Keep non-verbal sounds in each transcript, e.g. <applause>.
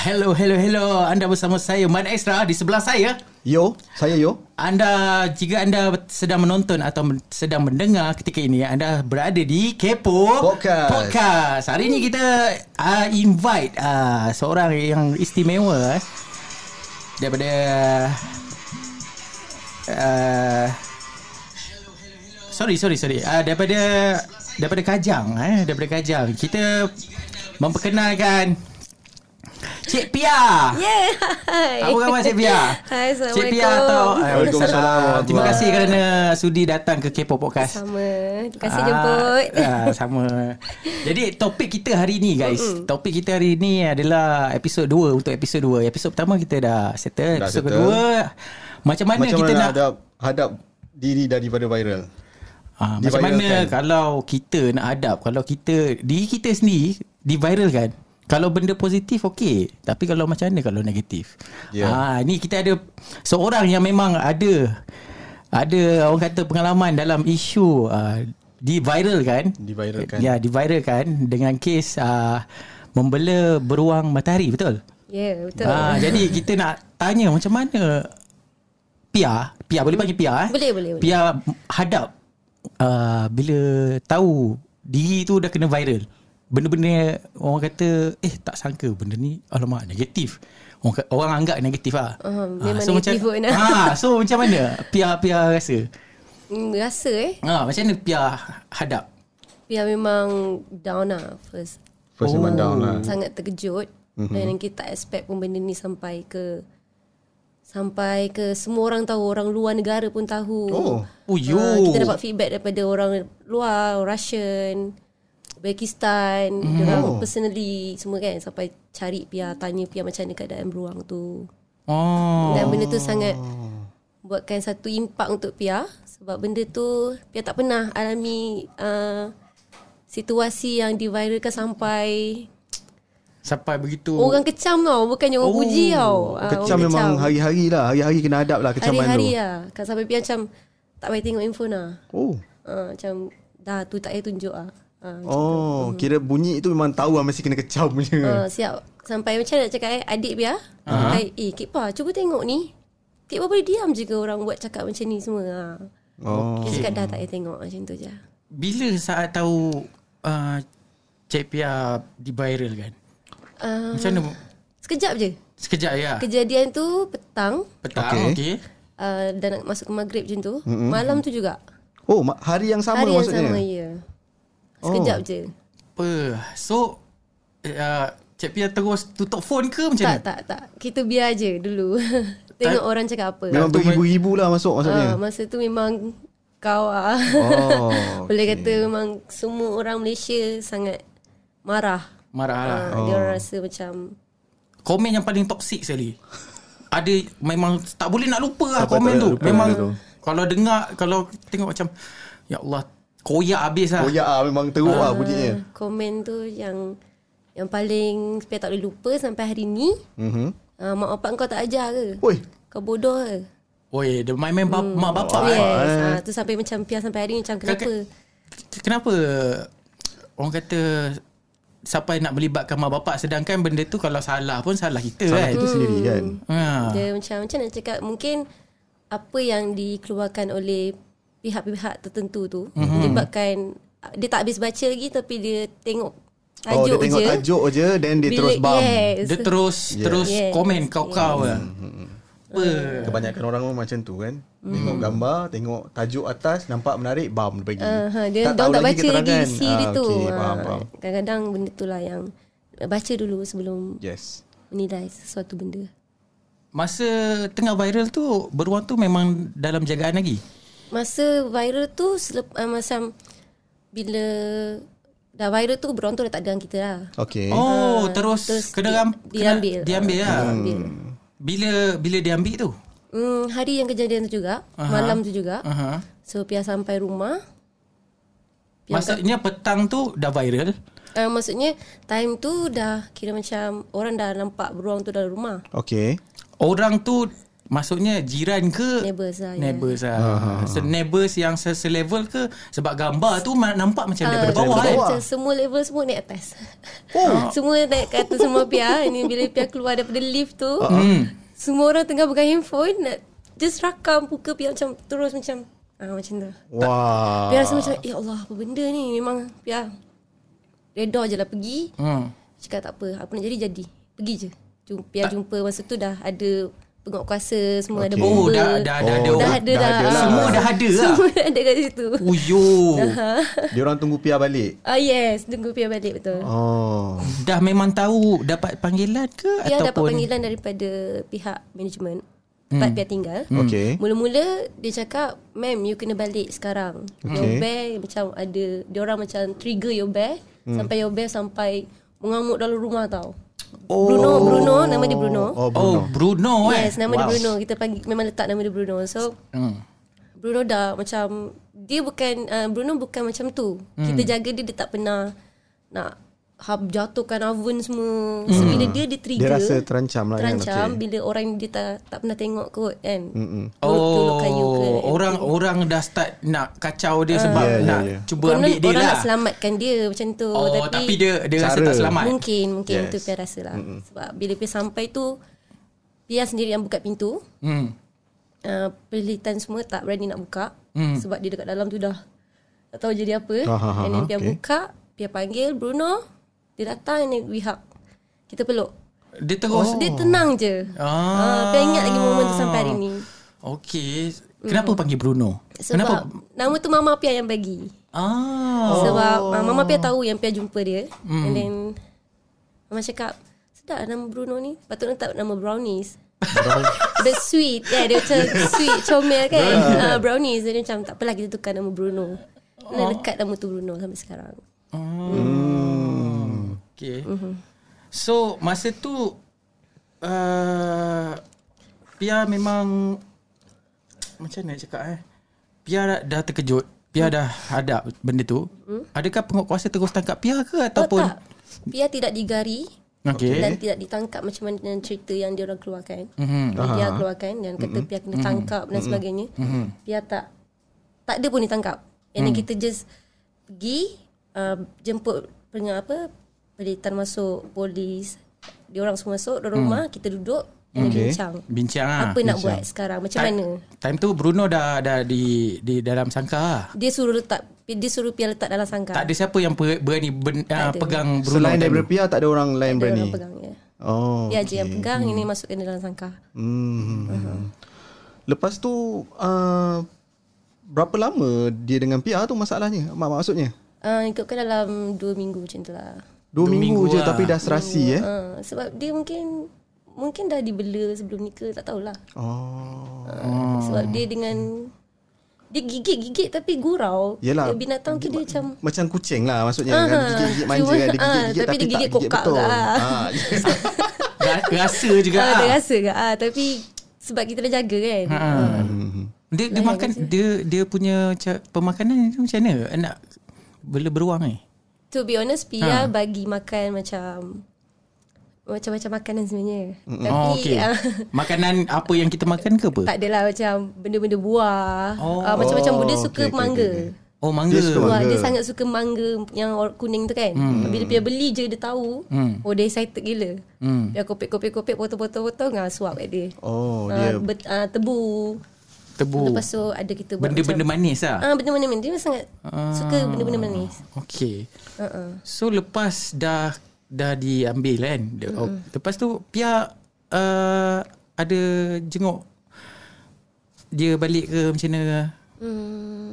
Hello, hello, hello. Anda bersama saya Man Extra di sebelah saya. Yo, saya Yo. Anda jika anda sedang menonton atau men- sedang mendengar ketika ini anda berada di Kepo Podcast. Podcast. Hari ini kita uh, invite uh, seorang yang istimewa eh, daripada uh, sorry sorry sorry uh, daripada daripada Kajang eh daripada Kajang. Kita memperkenalkan Cik Pia. Yeah, hai. Apa khabar Cik Pia? Hai, Cik Pia atau Assalamualaikum. Waalaikumsalam. Terima kasih kerana sudi datang ke Kepo Podcast. Sama. Terima kasih Ah, jemput. ah, <laughs> Sama Jadi topik kita hari ni guys mm Topik kita hari ni adalah Episod 2 Untuk episod 2 Episod pertama kita dah settle Dah Episod settle. kedua Macam mana Macam kita mana nak nak hadap, hadap diri daripada viral? Ah, Macam mana diviralkan? kalau kita nak hadap Kalau kita Diri kita sendiri Diviralkan Kalau benda positif okey Tapi kalau macam mana kalau negatif Ya. yeah. Ni kita ada Seorang yang memang ada Ada orang kata pengalaman dalam isu ah, Diviralkan Diviralkan. Ya diviralkan Dengan kes ah, Membela beruang matahari betul? Yeah, betul. Ah, jadi kita nak tanya macam mana Pia, Pia boleh panggil Pia eh? Boleh, boleh, boleh. Pia hadap uh, bila tahu diri tu dah kena viral. Benda-benda orang kata eh tak sangka benda ni alamak negatif. Orang, ka- orang anggap negatif lah. Ah, Ah, memang macam, negatif pun lah. <laughs> ah, so macam mana Pia Pia rasa? Hmm, rasa eh. Ah, macam mana Pia hadap? Pia memang down lah first. First oh. down lah. Sangat terkejut. Mhm. Mm-hmm. Dan kita tak expect pun benda ni sampai ke... Sampai ke semua orang tahu. Orang luar negara pun tahu. Oh. Oh, yo. Ah, kita dapat feedback daripada orang luar, Russian, Pakistan, Mhm. mm. orang Oh. personally semua kan sampai cari Pia, tanya Pia macam mana keadaan beruang tu. Oh. Dan benda tu sangat buatkan satu impak untuk Pia sebab benda tu Pia tak pernah alami uh, situasi yang diviralkan sampai Sampai begitu. orang kecam tau bukannya orang Oh, puji tau. Ah, orang Oh. Kecam memang hari-hari lah. Hari-hari kena hadap lah kecaman hari-hari tu. lah. Kan sampai Pia macam tak payah tengok handphone lah. Oh. Uh, macam dah tu tak payah tunjuk lah. Uh, Oh, kira bunyi tu memang tahu lah mesti kena kecam <laughs> punya. Uh, siap Sampai macam nak cakap eh Adik biar uh-huh. Eh Kipa cuba tengok ni Cik Pa boleh diam je ke Orang buat cakap macam ni semua ha. Oh. Dia cakap dah tak payah tengok Macam tu je Bila saat tahu uh, Cik Pia diviralkan? uh, Macam mana? Sekejap je Sekejap ya. Kejadian tu petang Petang Okey. okey. uh, Dah nak masuk ke maghrib macam tu mm-hmm. Malam tu juga Oh, ma- hari yang sama Hari yang maksudnya. sama ya Sekejap oh. je Apa? So uh, Cik Pia terus tutup phone ke macam Tak mana? tak tak Kita biar je dulu <laughs> Tengok orang cakap apa Memang beribu-ribu lah masuk Ah, maksudnya. masa tu memang kau ah. Oh, <laughs> Boleh kata memang semua orang Malaysia sangat marah. Marah lah. Ah, Dia Oh. orang rasa macam Komen yang paling toksik sekali. Ada memang tak boleh nak lupa lah Tak boleh komen nak tu. lupa Memang benda tu. kalau dengar, kalau tengok macam Ya Allah, koyak habis lah. Koyak ah memang teruk ah bunyinya. komen tu yang yang paling saya tak boleh lupa sampai hari ni. Mhm. Uh, mak bapak kau tak ajar ke? Oi, Kau bodoh ke? Oi, dia main-main bap, mak Oh, bapak. yes. eh. Ah, tu sampai macam pias sampai hari ni macam Hmm. kenapa? Kakak- Kenapa orang kata sampai nak melibatkan mak bapak sedangkan benda tu kalau salah pun salah kita salah kan. kita sendiri kan. Ha. Dia macam macam nak cakap mungkin apa yang dikeluarkan oleh pihak-pihak tertentu tu mm-hmm. menyebabkan dia tak habis baca lagi tapi dia tengok Oh, dia tajuk tengok je. tajuk je then dia Bila- terus bam. Yes. Dia terus yeah. terus Yes. komen kau-kau yeah. Apa? Kebanyakan orang memang macam tu kan. Hmm. Tengok gambar, tengok tajuk atas, nampak menarik, bam dia pergi. Uh, ha, dia tak tak, tahu tak lagi baca lagi keterangan. isi Ah, dia tu. okey, Ah, faham, faham. Kadang-kadang benda tu lah yang baca dulu sebelum Yes. menilai sesuatu benda. Masa tengah viral tu beruang tu memang dalam jagaan lagi. Masa viral tu selep, uh, macam bila dah viral tu beruang tu dah tak ada dalam kita lah. Okay. Oh. Oh, Ah, terus, terus kena di- ram, kena- diambil. Diambil lah. Ah, diambil. Bila bila diambil tu? Hmm, hari yang kejadian tu juga, Aha. malam tu juga. Aha. So Pia sampai rumah. Pia Maksudnya petang tu dah viral. Uh, maksudnya time tu dah kira macam orang dah nampak beruang tu dalam rumah. Okay. Orang tu Maksudnya jiran ke Neighbours lah, ya. Neighbours lah So neighbours yang se- selevel ke Sebab gambar tu ma- Nampak macam uh, daripada bawah kan bawah. Ah, Macam semua level semua naik atas oh. <laughs> Semua naik ke atas semua Pia Ini bila Pia keluar daripada lift tu Ah, Hmm. uh-huh. Semua orang tengah pegang handphone Nak just rakam muka Pia macam Terus macam ah, Macam tu Wah. Pia Ah. rasa macam Ya Allah apa benda ni Memang Pia Reda je lah pergi hmm. Cakap tak apa Apa nak jadi jadi Pergi je Jum- Pia jumpa masa tu dah ada Penguatkuasa Semua ada Okay. bomba Oh dah, dah, dah, ada Oh, orang dah ada dah dah, ada lah. Semua dah ada lah <laughs> Semua dah ada kat situ Uyo <laughs> Dia orang tunggu Pia balik. Ah yes, tunggu Pia balik betul. Oh. Dah memang tahu Dapat panggilan ke Ataupun Pia Ya, dapat panggilan daripada pihak manajemen tempat Pia tinggal. Hmm. Okay. Mula-mula dia cakap, "Ma'am, you kena balik sekarang. Okay. Your Okay. bear macam ada dia orang macam trigger your bear sampai your bear sampai mengamuk dalam rumah tau." Oh. Bruno, Bruno, nama dia Bruno. Oh, Oh Bruno. Bruno eh yes, nama dia Bruno. Kita panggil memang letak nama dia Bruno. So hmm. Bruno dah macam dia bukan uh, Bruno bukan macam tu. Hmm. Kita jaga dia dia tak pernah nak hab jatuhkan oven semua. Hmm. So bila dia dia Dia trigger rasa terancam lah kan. terancam okay. bila orang dia tak tak pernah tengok kot kan. Hmm. Oh, orang orang dah start nak kacau dia sebab Ya, ya, nak ya. cuba Ah. ambil Konon dia orang lah. nak selamatkan dia macam tu Oh, tapi, tapi dia dia rasa Cara. tak selamat. Mungkin Mungkin Yes. yes. tu Pia rasa lah Mm-mm. Sebab bila Pia sampai tu Pia sendiri yang buka pintu Hmm. uh, Pelitan semua tak berani nak buka Sebab dia dekat dalam tu dah Tak tahu jadi apa Hmm. Ha, ha, ha, And then ha, Pia okay. buka Pia panggil Bruno Dia datang and then we hug Kita peluk Dia Oh. terus Dia tenang je ah. uh, Pia ingat lagi momen tu sampai hari ni Okey. Kenapa panggil Bruno? Kenapa? Hmm. Sebab Nama tu Mama Pia yang bagi Ah. Oh. Sebab uh, Mama Pia tahu yang Pia jumpa dia. Mm. And then Mama cakap, sedap lah nama Bruno ni. Patut letak nama Brownies. Dia sweet. Yeah, dia <laughs> macam sweet, comel kan. Uh, brownies. Dia macam tak apalah kita tukar nama Bruno. Nak dekat nama tu Bruno sampai sekarang. Okey. Mm-hmm. So masa tu uh, Pia memang macam mana nak cakap eh? Pia dah, dah terkejut. Pia Hmm. dah hadap benda tu. Adakah penguatkuasa terus tangkap Pia ke ataupun Oh, Hmm. tak. Pia tidak digari. Okay. Dan Okey. tidak ditangkap macam mana dengan cerita yang dia orang keluarkan. Mhm. Yang Pia keluarkan dan kata Pia kena tangkap dan sebagainya. Mhm. Pia tak tak ada pun ditangkap. And Hmm. then kita just pergi uh, jemput pengen apa pelitan masuk polis. Dia orang semua masuk dalam rumah, kita duduk and Okay. okay. bincang. Bincang Hmm. ah. Apa nak buat sekarang? Macam Time- mana? Time tu Bruno dah dah di di dalam sangkar lah. Dia suruh letak dia suruh Pia letak dalam sangkar. Tak ada siapa yang per- berani ben, uh, ada. pegang Bruno Selain time daripada Pia, tak ada orang lain Dia berani. orang pegang ya. Oh. Pia je yang pegang, ini masukkan dia dalam sangkar. Hmm. Lepas tu uh, berapa lama dia dengan Pia tu masalahnya? Mak maksudnya? Uh, ikutkan dalam 2 minggu macam tu lah. Dua Dua, minggu, minggu je lah. tapi dah serasi eh. Uh, sebab dia mungkin mungkin dah dibela sebelum nikah, tak tahulah. Oh. Uh, Sebab dia dengan dia gigit-gigit tapi gurau. Yelah. Dia binatang tu dia macam Macam kucing lah maksudnya kan Ah, digigit-gigit manja cuma- kan dia ah, gigit-gigit tapi tapi, dia gigit tak gigit kokak betul. lah. <laughs> Ah, yes. Ra- Rasa juga ah, lah. dia rasa ke ah tapi sebab kita dah jaga kan. Ha. Hmm, Dia, dia makan dia dia punya ca- pemakanan tu macam mana? Nak bela beruang ni. Eh? To be honest Hmm. Pia bagi makan macam macam-macam makanan sebenarnya. Hmm. Tapi Oh okey. ah, <laughs> <laughs> Makanan apa yang kita makan ke apa? tak adalah macam benda-benda buah. Oh. Ah, macam-macam benda Oh, suka okey, okey, mangga. okey. Oh mangga. Dia suka Wah, Mangga. dia sangat suka mangga yang or- kuning tu kan. Hmm. Bila Pia beli je dia tahu, hmm. oh dia excited gila. Hmm. Pia kopek-kopek-kopek potong-potong-potong ngah suap kat dia. Oh, Ah, dia bet, ah, tebu. Tebu. Lepas tu ada kita buat Benda-benda macam manis lah. Ah, benda-benda manis. Dia sangat Ah. suka benda-benda manis. Okey. Uh-uh. So lepas dah dah diambil kan. de- oh, Hmm, Lepas tu Pia uh, ada jenguk dia balik ke macam mana? ke? Hmm.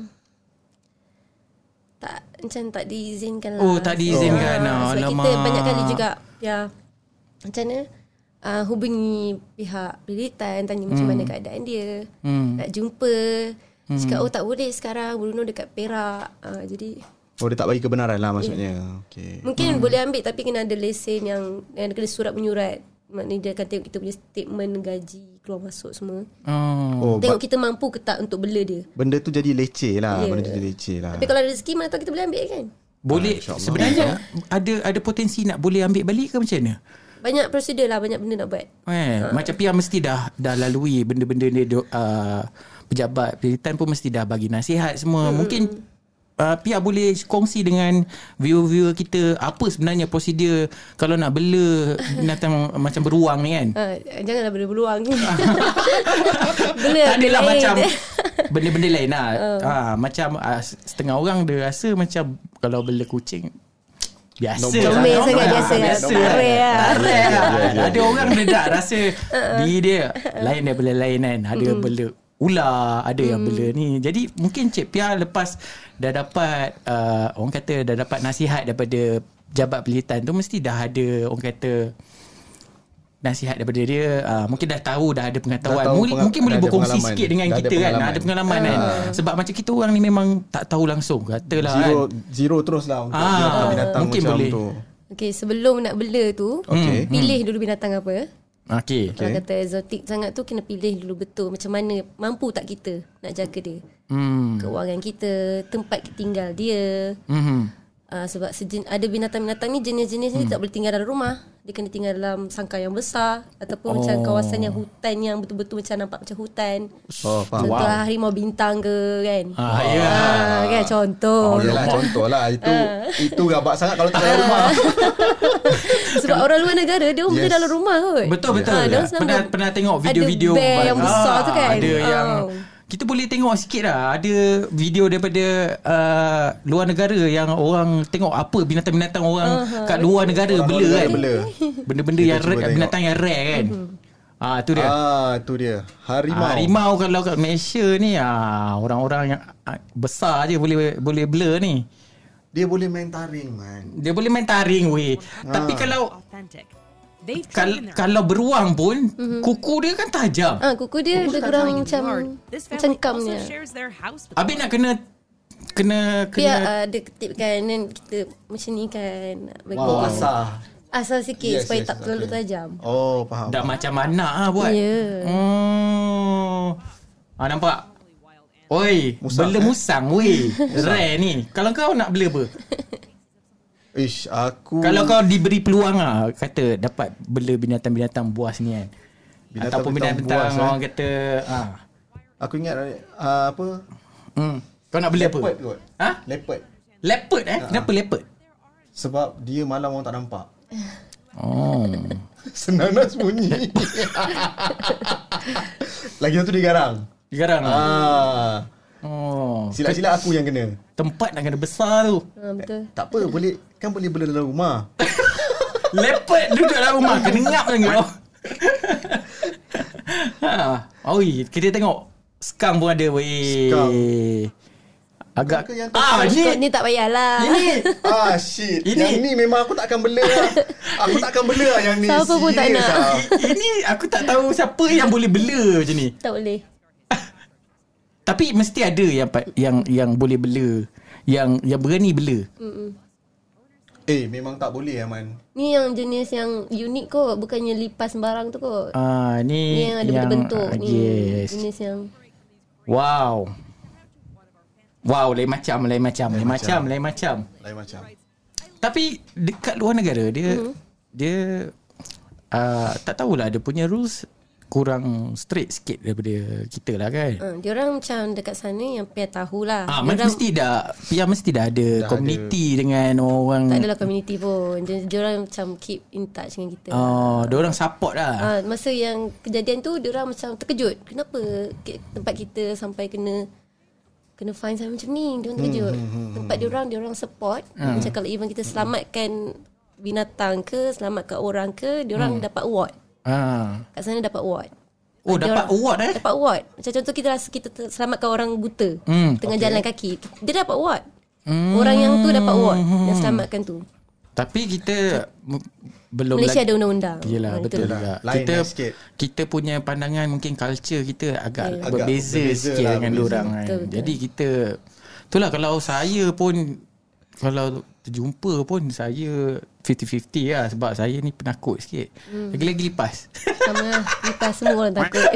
Tak macam tak diizinkan lah. Oh, tak diizinkan. Oh, Ah, Sebab Alamak. kita banyak kali juga ya macam mana uh, hubungi pihak pilihan tanya macam mana keadaan dia. Hmm. Nak jumpa. Cakap oh tak boleh sekarang Bruno dekat Perak. Uh, jadi oh dia tak bagi kebenaran lah maksudnya. Okey. Hmm. mungkin boleh ambil tapi kena ada lesen yang, yang kena surat menyurat. Maknanya dia akan tengok kita punya statement gaji keluar masuk semua. Oh. Oh, Tengok kita mampu ke tak untuk bela dia. benda tu jadi leceh lah. Ya. Benda tu jadi leceh lah. Tapi kalau ada rezeki mana tahu kita boleh ambil kan? Boleh Ah, insyaAllah. sebenarnya ada ada potensi nak boleh ambil balik ke macam mana? Banyak prosedur lah Banyak benda nak buat Eh, macam Pia mesti dah dah lalui benda-benda ni do, uh, pejabat pilihan pun mesti dah bagi nasihat semua. Mungkin uh, Pia boleh kongsi dengan viewer-viewer kita apa sebenarnya prosedur kalau nak bela binatang <laughs> macam beruang ni kan. ha, Janganlah benda <laughs> beruang Benda Tak adalah lain. <laughs> Oh. macam benda-benda lain lah. Ha, macam uh, setengah orang dia rasa macam kalau bela kucing biasa Normal. lah. Comel sangat Normal. biasa lah. Biasa Tak rare lah. Uh-uh. Tak rare lah. Ada orang dia tak <laughs> rasa diri dia lain daripada lain kan. Ada bela ular, ada yang bela Mm. ni. Jadi mungkin Cik Pia lepas dah dapat uh, orang kata dah dapat nasihat daripada jabat pelitan tu mesti dah ada orang kata nasihat daripada dia uh, mungkin dah tahu dah ada pengetahuan Dah dah tahu mungkin, penga- mungkin boleh dah ada berkongsi pengalaman. sikit dengan Dah ada kita kan pengalaman. Ah. ada pengalaman kan sebab macam kita orang ni memang tak tahu langsung katalah kan Zero zero terus lah untuk Ah, binatang- binatang mungkin macam boleh. tu. Okay sebelum nak bela tu Hmm. Okey. Pilih dulu binatang apa okey Kalau kata exotic sangat tu Kena pilih dulu betul Macam mana Mampu tak kita Nak jaga dia hmm Keuangan kita Tempat tinggal dia hmm Uh, sebab sejen, ada binatang-binatang ni jenis-jenis ni tak boleh tinggal dalam rumah. Dia kena tinggal dalam sangkar yang besar ataupun oh. macam Oh. kawasan yang hutan yang betul-betul macam nampak macam hutan. Oh, faham. Contoh wow. harimau bintang ke kan. ah ya Ah, kan Oh, contoh. yelah, contoh lah Itu Ah. itu rabak sangat Kalau tak dalam <laughs> rumah Sebab orang luar negara dia yes. Yes. dalam rumah kot. betul betul Ah, dia orang senang pernah buat- pernah tengok video-video Ada bear yang Ah, besar tu kan. ada Ah. yang kita boleh tengok sikit lah Ada video daripada uh, Luar negara Yang orang Tengok apa Binatang-binatang orang uh-huh. Kat luar negara Orang Bela luar kan bela. Benda-benda Kita yang cuba rare, tengok. Binatang yang rare kan Mhm. Ah tu dia Ah, tu dia Harimau. Harimau Harimau kalau kat Malaysia ni ah orang-orang yang ah, besar je boleh boleh blur ni. Dia boleh main taring man Dia boleh main taring weh. Tapi kalau authentic. They've kal, taken their kalau beruang pun kuku dia kan tajam. Ah, kuku dia lebih kurang macam This family cengkamnya. also shares their house with Habis nak kena kena Dia kena uh, dia ketipkan dan kita macam ni kan. nak Bagi Oh, wow. asah Asal sikit Yes, supaya yes, tak terlalu okay. tajam. Oh, faham dah macam anak ah buat. Ya. Oh. Ah nampak. Oi, Musang, bela eh? musang weh. Rare ni. Kalau kau nak bela apa? Ish, aku Kalau kau diberi peluang lah Kata dapat bela binatang-binatang buas ni kan Binatang-binatang Ataupun binatang-binatang buas, eh. orang kata ha. Aku ingat uh, apa hmm. Kau nak bela apa? Leopard Ah. kot Ha? Leopard Leopard eh? Kenapa leopard? Sebab dia malam orang tak nampak <laughs> Oh. Senang nak sembunyi Lagi satu dia garang Sekarang lah Ah, Oh. Silap-silap aku yang kena Tempat nak kena besar tu Ha, betul. Tak <laughs> apa, boleh Kan boleh bela dalam rumah Leopard duduk dalam rumah Kena ngap sangat <laughs> kau ha. Oi, kita tengok Skang pun ada weh Skang. Agak Bukan ke yang Ah Ni, lah. ni ni tak payahlah. Ini Ah shit Ini- Ini. Yang ni memang aku tak akan bela lah. Aku tak akan bela lah yang ni Siapa pun tak Serious nak. lah. Ini aku tak tahu siapa yang boleh bela macam ni. Tak boleh. Tapi mesti ada yang pa- yang yang boleh bela, yang yang berani bela. Mm-mm. Eh memang tak boleh Aman Ni yang jenis yang unik kot Bukannya lipas sembarang tu kot Ah Ni ni yang ada yang ah, bentuk-bentuk Hmm. Ni yes. jenis yang Wow. Wow, lain macam, lain macam, lain macam, lain macam. Lain macam Tapi dekat luar negara dia Hmm. mm-hmm. dia uh, tak tahulah dia punya rules kurang straight sikit daripada kita lah kan. ha, Diorang macam dekat sana yang Pia tahu lah Ah, Diorang mesti dah Pia mesti dah ada Dah community dengan orang tak adalah community pun Dia- Diorang macam keep in touch dengan kita Oh, dia orang support lah. ha, Masa yang kejadian tu Diorang macam terkejut Kenapa ke- tempat kita sampai kena Kena fine sampai macam ni Hmm, Diorang terkejut Tempat diorang Diorang support Macam kalau Hmm. even kita selamatkan Binatang ke Selamatkan orang Hmm. ke Diorang dapat award Ha. Kat sana dapat award Oh, Ada dapat Ah. orang- award eh? Dapat award Macam contoh kita rasa Kita ter- selamatkan orang buta Hmm. Tengah jalan kaki Dia dapat award Orang yang tu dapat award Yang selamatkan tu Tapi kita m- belum Malaysia lagi ada undang-undang Yelah Ha, itu. betul juga. Lain Kita lah sikit. kita punya pandangan mungkin culture kita agak, Agak berbeza, berbeza sikit lah, dengan berbeza. orang kan. Betul, betul. Jadi kita itulah kalau saya pun kalau terjumpa pun saya 50-50 lah sebab saya ni penakut sikit. Hmm. Lagi-lagi lipas. <laughs> Sama lah. lipas semua orang takut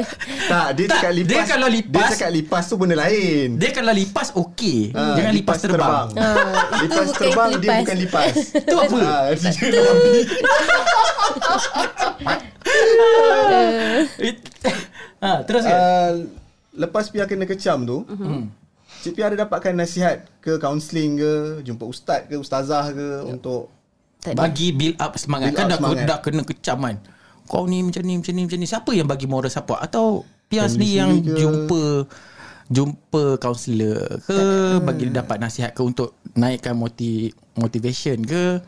Tak dia Tak, tak, cakap dia lipas kalau lipas- Dia cakap lipas tu benda lain Dia kalau lipas okey, Ah, jangan lipas, terbang. Ah, itu lipas bukan terbang dia lipas. bukan lipas. Itu apa? Ah, dia, <laughs> It, <laughs> ha, terus ke? Uh, lepas Pia kena kecam tu, mm-hmm. Cik Pia ada dapatkan nasihat ke counselling ke, jumpa ustaz ke, ustazah ke untuk Tak ada. Bagi build up semangat Build Kan up dah, semangat. dah kena kecam kan Kau ni macam ni macam ni macam ni Siapa yang bagi moral support Atau Pia sendiri yang sendiri ke? jumpa Jumpa kaunselor ke Bagi dia dapat nasihat ke Untuk naikkan moti, motivation ke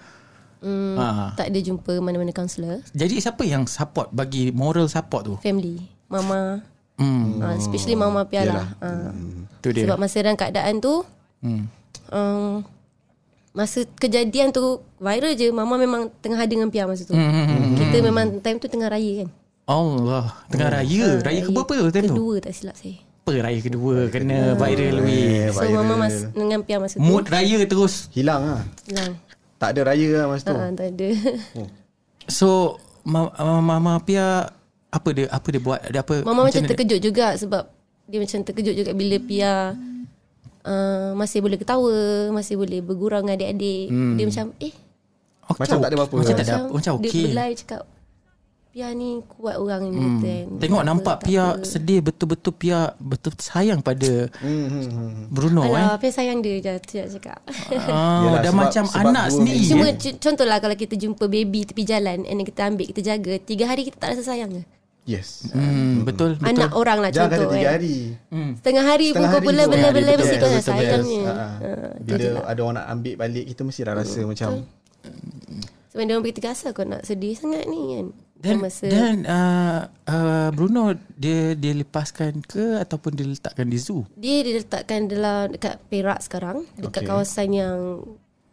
hmm. ha. Tak ada jumpa mana-mana kaunselor. Jadi siapa yang support Bagi moral support tu Family. Mama. hmm. Uh, especially Mama Pia lah. Uh, Tu dia Sebab masa dalam keadaan tu, hmm. um, masa kejadian tu viral je, Mama memang tengah ada dengan Pia masa tu. Hmm, hmm, hmm. Kita memang time tu tengah raya kan. Allah Tengah raya Raya ke berapa tu time tu Kedua tak silap saya. Apa raya kedua Kena Eh, viral weh So viral. Mama mas, dengan Pia masa tu. Mood raya terus eh, hilang lah. Hilang. Tak ada raya lah masa tu. Ha, tak ada. <laughs> So ma- ma- Mama Pia apa dia apa dia buat dia apa Mama mana macam dia- terkejut juga sebab dia macam terkejut juga bila Pia uh, masih boleh ketawa, masih boleh bergurau dengan adik-adik. Hmm. Dia macam eh okay, Macam tak ada apa-apa. Macam tak ada macam, apa- macam dia okey. berlari cakap Pia ni kuat orang ni hmm. kan. Tengok Tak nampak apa, tak Pia apa. sedih betul-betul Pia betul sayang pada Hmm, hmm, hmm. Bruno eh. Alah, Pia sayang dia je tu nak cakap. Oh, Yelah, dah sebab- macam sebab anak dua sendiri. eh. minggu. Cuma Cuma c- contohlah kalau kita jumpa baby tepi jalan and then kita ambil, kita jaga. Tiga hari kita tak rasa sayang je. Yes. hmm, betul betul. Anak orang lah Jangan kata contoh tiga kan. hari. Hmm. Setengah hari pun Setengah kau hari bela pun. bela bela Hari mesti betul, kau dah betul, betul. sayangnya. Ah, Ha, ha. Bila Bila ada orang nak ambil balik, kita mesti dah rasa macam sebab dia orang pergi terasa kau nak sedih sangat ni kan. dan masa dan uh, uh, Bruno dia dia lepaskan ke ataupun dia letakkan di zoo. dia diletakkan dalam dekat Perak sekarang Okey. dekat okay. kawasan yang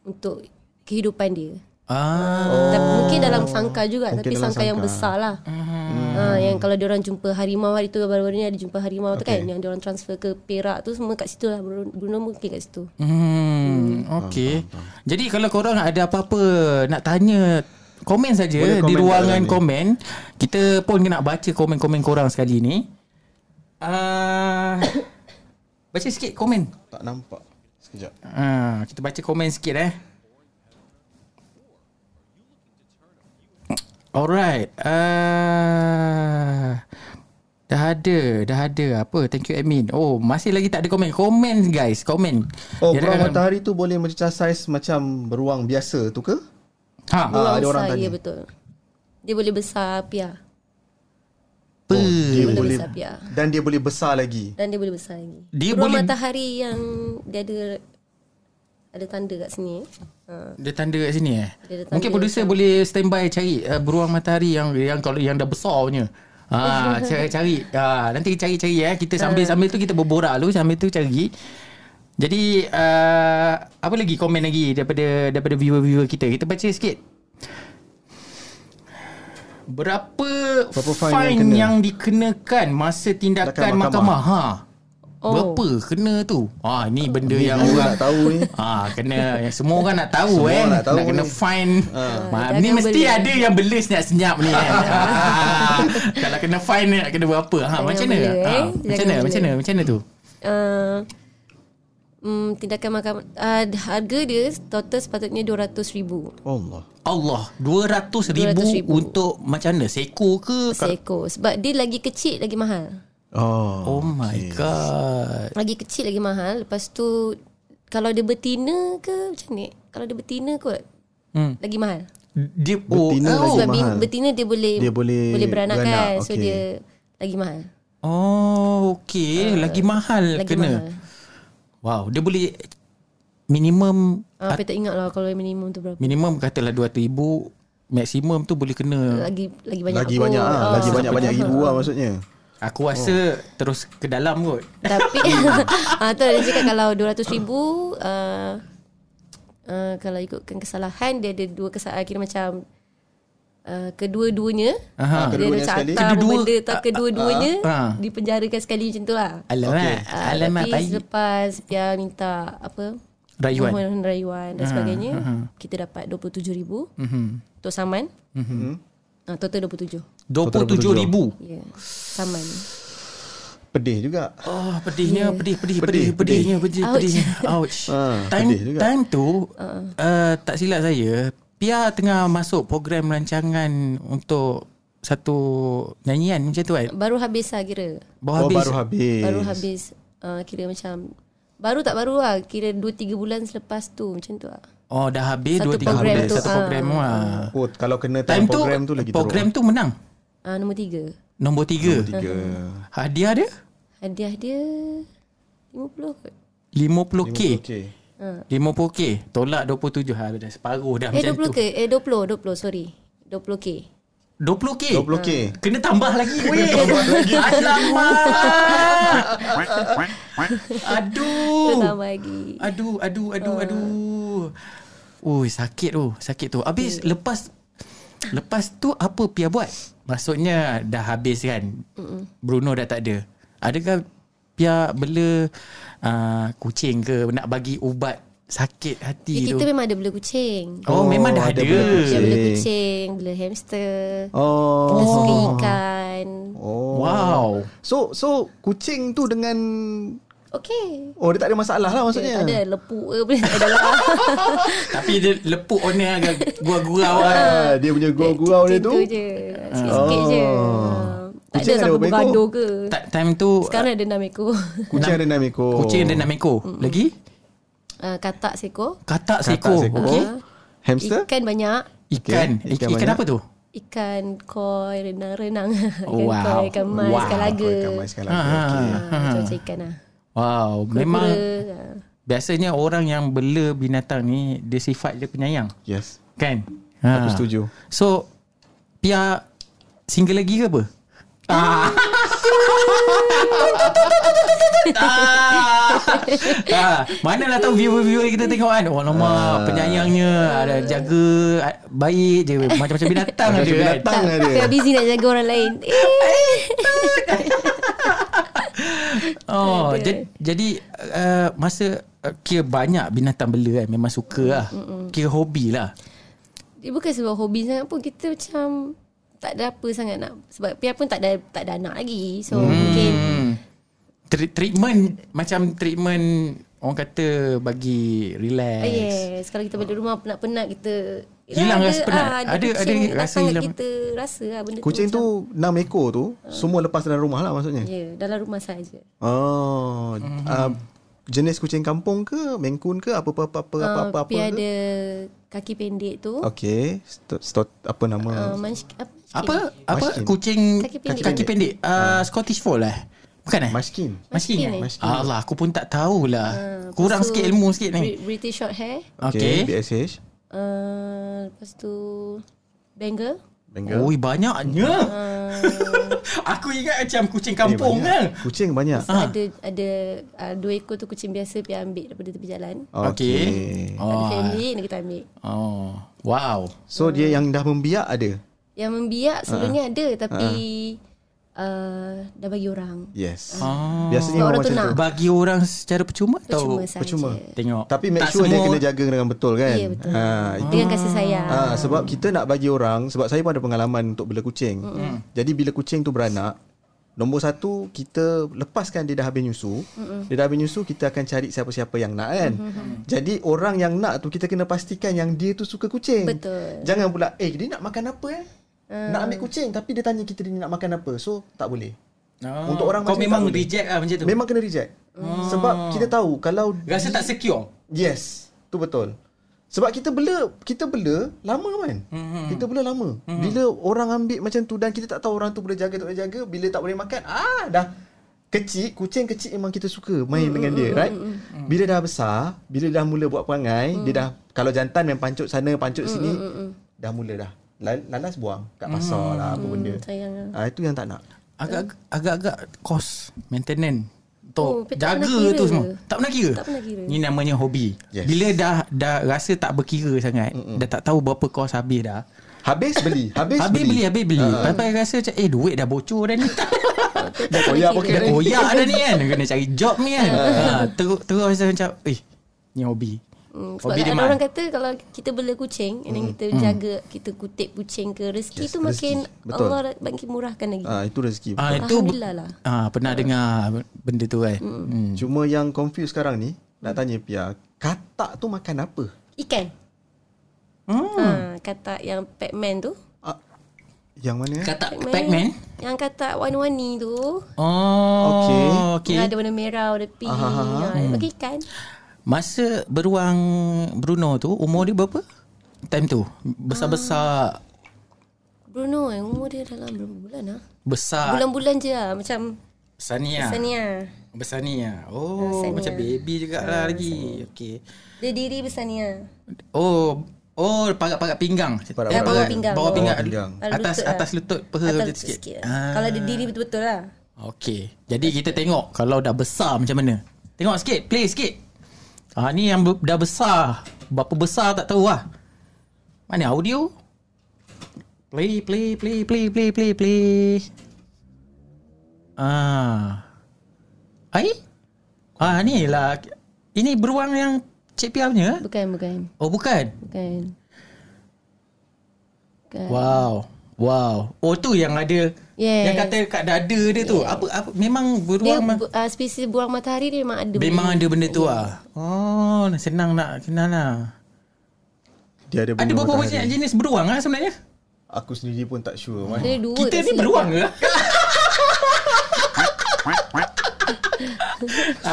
untuk kehidupan dia. Ah, Oh. Tapi mungkin dalam sangka juga Mungkin tapi dalam sangka, yang sangka. besar lah. Hmm. Ha, yang kalau dia orang jumpa harimau hari tu baru-baru ni ada jumpa harimau okay. tu kan Okey. yang dia orang transfer ke Perak tu semua kat situ lah Bruno, Bruno mungkin kat situ. Hmm, okey. Jadi kalau korang ada apa-apa nak tanya komen saja di Boleh komen kat ruangan dalam ni. komen. Kita pun nak baca komen-komen korang sekali ni. Uh, baca sikit komen. tak nampak. Sekejap. Uh, kita baca komen sikit eh. Alright. Uh, dah ada, dah ada apa? Thank you admin. Oh, masih lagi tak ada komen. Komen guys, komen. Oh, Dia kurang dah- matahari tu boleh mencecah saiz macam beruang biasa tu ke? Ha. Beruang ada orang besar, tanya. ya betul. Dia boleh besar lah, pia Apa? Dia Boleh boleh besar pia. dan dia boleh besar lagi. dan dia boleh besar lagi. Dia Beruang boleh- matahari yang dia ada ada tanda kat sini. Ha. Dia tanda kat sini eh. Dia ada tanda Mungkin producer boleh standby cari uh, beruang matahari yang yang kalau yang dah besar punya. Ha, <laughs> cari cari. Ha, nanti cari-cari eh. Kita Ah. sambil sambil tu kita berborak dulu sambil tu cari. Jadi uh, apa lagi komen lagi daripada daripada viewer-viewer kita. Kita baca sikit. Berapa, Berapa fine yang fine yang, kena? dikenakan masa tindakan Tindakan mahkamah? mahkamah. Ha. Oh. Berapa kena tu? Ha ni benda yang Aku orang nak tahu ni. Ah, kena semua orang nak tahu Semua eh. orang Nak, nak tahu kena ni. fine. Ah. Jangan ni mesti beli. ada yang beli senyap-senyap ni <laughs> kan. Ah, Kalau kena fine ni nak kena berapa? Ha, Jangan macam mana? beli, eh. Ha, macam Jangan mana? beli. Macam mana? Macam mana tu? uh, mm, tindakan mahkamah uh, harga dia total sepatutnya 200,000. Oh Allah. Allah, 200 ribu, 200,000. untuk macam mana? Seko ke? Ka- seekor sebab dia lagi kecil lagi mahal. Oh. Oh my god. Lagi kecil lagi mahal. Lepas tu kalau dia betina ke macam ni? Kalau dia betina kot Hmm. lagi mahal. Dia oh, Betina oh. lagi Sebab mahal. mahal. betina dia boleh Dia boleh boleh beranak kan. beranak, So okey. dia lagi mahal. oh okey, lagi mahal Lagi kena. mahal. Wow, dia boleh minimum Ah, uh, tak ingat lah kalau minimum tu berapa. minimum katalah 200 ribu, maksimum tu boleh kena Lagi lagi banyak Lagi kot. banyak Oh, ah, Ah. lagi <laughs> banyak-banyak ribu lah maksudnya. Aku rasa oh. terus ke dalam kot. <laughs> Tapi <laughs> ah tu dia cakap kalau 200 ribu uh, uh, kalau ikutkan kesalahan dia ada dua kesalahan kira macam uh, kedua-duanya Aha. Aha. dia ada Kedua-duanya sekali. carta Kedua- benda tak kedua-duanya Ah, ah. dipenjarakan sekali macam tu lah. Alamak, okay. Ah, alamak tapi baik. selepas dia minta apa Rayuan. Ah, permohonan rayuan dan sebagainya kita dapat 27,000 Mhm. untuk saman. Mhm. Ah, total 27. 27 ribu. Ya. Yeah. Saman. Pedih juga. Oh, pedihnya, yeah. pedih, pedih, pedih, Pedih, pedihnya, pedih, <laughs> Ouch. Uh-uh. pedihnya. Ouch. Ah, time, pedih juga. time tu, uh, tak silap saya, Pia tengah masuk program rancangan untuk satu nyanyian macam tu kan. Baru habis lah kira Baru Oh, ha- habis. Oh, baru habis. Baru habis uh, Kira macam Baru tak baru lah Kira 2-3 bulan selepas tu Macam tu lah Oh dah habis Satu dua tiga program habis. tu, Satu program ah. ah. Oh, kalau kena Time time, tu program tu, lagi program tu menang. uh, Nombor 3 Nombor tiga. teruk. Tiga. Hadiah dia Hadiah dia 50 kot 50k. Okay. 50k. Tolak 27 ha, dah separuh dah Eh macam 20 tu. ke Eh 20 20 sorry 20k 20k. 20K. Kena tambah lagi weh. <laughs> Alamak. Tu Aduh. tambah Ah. lagi Aduh, aduh, aduh, aduh. Ui, sakit tu, sakit tu. Habis Hmm. lepas lepas tu apa Pia buat? Maksudnya dah habis kan. Bruno dah tak ada. Adakah Pia bela uh, kucing ke nak bagi ubat sakit hati Eh, tu? kita memang ada bela kucing Oh, memang dah ada. bela Kita kucing. bela kucing Bela hamster Oh. Kita suka ikan Oh. Wow. So so kucing tu dengan Okay oh dia tak ada masalah lah Dia maksudnya. tak ada lepuk ke boleh tak ada <laughs> lah Tapi dia lepuk on dia agak <laughs> gurau-gurau lah. Ah, dia punya gurau-gurau dia tu. Itu je Sikit-sikit je Oh. Ah, Tak ada Kucing ada sampai berapa ekor? bergaduh ke Ta- Time tu Sekarang ada enam ekor <laughs> Kucing ada enam ekor. kucing ada enam ekor. Lagi? Ah, Katak seekor Katak Katak seekor. seekor. Okey. Hamster? Ikan banyak Ikan. Okey, ikan Ikan, ikan banyak. apa tu? Ikan koi Renang-renang <laughs> Oh, Ikan Wow. koi Ikan mas Wow. Ikan laga Ikan mais sekali. Ah, ah, Okay. ah. Ah, <laughs> Macam-macam ikan lah Wow, memang Kura-kura, ah. biasanya orang yang bela binatang ni dia sifat dia penyayang, Yes. kan? Aku setuju. So Pia single lagi ke apa? Ah. <laughs> ah. ah. Manalah tahu viewer-viewer kita tengok kan Oh lama ah. penyayangnya Ada jaga ah, Baik je Macam-macam binatang lah ada kan Macam binatang lah Tak, ada. Fia busy nak jaga orang <laughs> lain Eh, Oh, jadi, jadi uh, masa uh, kira banyak binatang bela kan memang suka lah. Kira hobi lah. Dia bukan sebab hobi sangat pun Kita macam Tak ada apa sangat nak Sebab Pia pun tak ada Tak ada anak lagi So mungkin Hmm. Tre- treatment macam treatment orang kata bagi relax. Ah, Yes Kalau kita balik rumah Penat-penat kita Hilang Yelah, rasa penat. ah, Ada- ada kucing rasa datang kat hilang. Kita rasa lah benda Kucing tu enam ekor tu semua lepas dalam rumah lah macam- maksudnya. Ya dalam rumah saja. Oh. ah, jenis kucing kampung ke, Maine Coon ke, apa apa apa Eh, apa apa apa. ke? Pia Ah, ada Kaki pendek tu Okay. Stot, stot, apa nama? ah, Munchkin apa? Apa apa Maskin. kucing Kaki pendek. kaki pendek, Ah. Uh, Scottish Fold eh? Bukan eh? Maskin. Maskin. Maskin eh? eh? Maskin. Allah, aku pun tak tahulah. Ah, lepas Kurang tu sikit ilmu sikit ni. Bri- British short hair Okey. BSH. uh, Lepas tu Bengal Bengal. Oi, banyaknya. Ah. <laughs> aku ingat macam kucing kampung Eh, banyak. kan. Kucing banyak. ha. Ada ada uh, Dua ekor tu kucing biasa Pia ambil daripada tepi jalan Okey. oh. Ada Oh. family Ni kita ambil Oh. Wow. So dia yang dah membiak ada. Yang membiak Ah. sebelumnya ada Tapi uh, Dah bagi orang Yes. Ah. Biasanya Sebab memang orang tu macam nak. tu. Bagi orang secara percuma, atau Percuma saja percuma. tengok. Tapi make Tak sure dia semua- kena jaga dengan betul kan. Ya betul Ha, itu. Dengan kasih sayang Ha, Ah. sebab kita nak bagi orang sebab saya pun ada pengalaman untuk bela kucing. Hmm. Jadi bila kucing tu beranak Nombor satu Kita lepaskan dia dah habis nyusu mm Dia dah habis nyusu Kita akan cari siapa-siapa yang nak kan Hmm. Jadi orang yang nak tu Kita kena pastikan Yang dia tu suka kucing Betul. Jangan pula Eh dia nak makan apa eh Nak ambil kucing Tapi dia tanya kita Dia nak makan apa So tak boleh Ah, Untuk orang Kau macam memang tak boleh. reject lah macam tu Memang kena reject Sebab kita tahu Kalau Rasa tak secure Yes, tu betul. Sebab kita bela, kita bela lama kan. Mm-hmm. Hmm. Kita bela lama. Mm-hmm. Bila orang ambil macam tu dan kita tak tahu orang tu boleh jaga tak boleh jaga, bila tak boleh makan, ah dah kecil, kucing kecil memang kita suka Hmm, main mm-hmm. dengan dia, right? Mm-hmm. Bila dah besar, bila dah mula buat perangai, mm. dia Hmm. dah kalau jantan memang pancut sana, pancut mm-hmm. sini, dah mula dah. Lal- Lalas buang kat Hmm. pasar mm. lah apa benda. Sayang lah Ah itu yang tak nak. Agak- Agak-agag Cost Maintenance Oh, Untuk tak jaga pernah kira tu semua ke? Tak pernah kira Tak pernah kira. Ni namanya hobi Yes. Bila dah Dah rasa tak berkira sangat Dah tak tahu berapa kos habis dah Habis beli, habis, Habis beli Habis beli Lepas-lepas rasa macam Eh duit dah bocor <laughs> dah ni Dah koyak poket Dah ni. koyak dah ni kan Kena cari job ni kan ha, Terus terus rasa macam Eh ni hobi Hmm, sebab Hobi ada dia Hmm. orang mahal kata kalau kita bela kucing and then kita jaga kita kutip kucing ke rezeki Yes, tu makin rezeki. Betul. Allah ra- makin murahkan lagi. Ah itu rezeki. Ah, itu Alhamdulillah lah. ah, Pernah dengar Benda tu kan hmm. Cuma yang confused sekarang ni Nak tanya Pia Katak tu makan apa? Ikan. Hmm. Ha, katak yang Pac-Man tu. Yang mana? Katak Pac-Man. Yang katak warna-warni tu. Oh, Okey. okay. Okay. Yang ada warna merah, warna pink. ha, Ah, Hmm. dia pakai ikan. Masa beruang Bruno tu, umur dia berapa? Time tu. Ah. Besar-besar. Bruno eh, umur dia dalam berapa bulan ah? Besar. Bulan-bulan je lah. Macam Sania. Sania. Besar ni ah. Oh, Besar ni macam ah. baby jugalah lagi. Okey. Dia diri besar ni lah. Oh, oh parat-parat pinggang. Parat-parat. Eh, Bawah pinggang. Bawah pinggang. Bawah pinggang. Atas Bawah lutut atas lah. lutut peha Atas macam lutut sikit. Ah. sikit lah. Kalau dia diri betul-betul lah. Okey. Jadi kita tengok kalau dah besar macam mana. Tengok sikit, play sikit. Ah ni yang be- dah besar. Berapa besar tak tahu lah. Mana audio? Play, play, play, play, play, play, play. Ah. Ai? Ah ni lah. Ini beruang yang Cik Pia punya? ke? Bukan, bukan. Oh bukan. Bukan. bukan. Wow. Wow. Oh tu yang ada Eh. Yes. yang kata kat dada dia tu. Apa apa memang Dia beruang mah- bu- uh, spesies buang matahari dia memang ada. Memang benda ada benda tu lah Oh senang nak kenal lah Dia ada Ada bunga berapa matahari. banyak jenis beruang lah sebenarnya Aku sendiri pun tak sure ni. man. Dia ada dua Kita tak ni silap beruang tak? ke?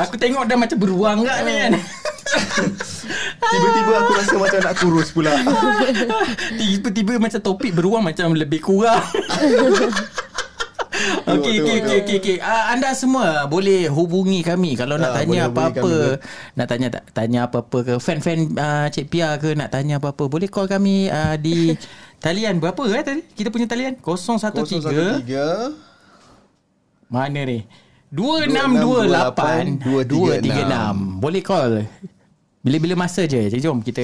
Aku tengok dah macam beruang ke ni kan Ah. Tiba-tiba aku rasa macam nak kurus <laughs> pula Tiba-tiba macam topik beruang macam lebih <laughs> kurang Okey okey Tengok, tengok, okey okey okey. Ah, anda semua boleh hubungi kami kalau nak Ah, tanya boleh hubungi ya. apa-apa. Nak tanya tak tanya apa-apa ke fan-fan uh, Cik Pia ke nak tanya apa-apa boleh call kami uh, <laughs> di talian berapa eh tadi? Kita punya talian 013 013 mana ni? 2628 236. Boleh call. Bila-bila masa je. Jadi jom kita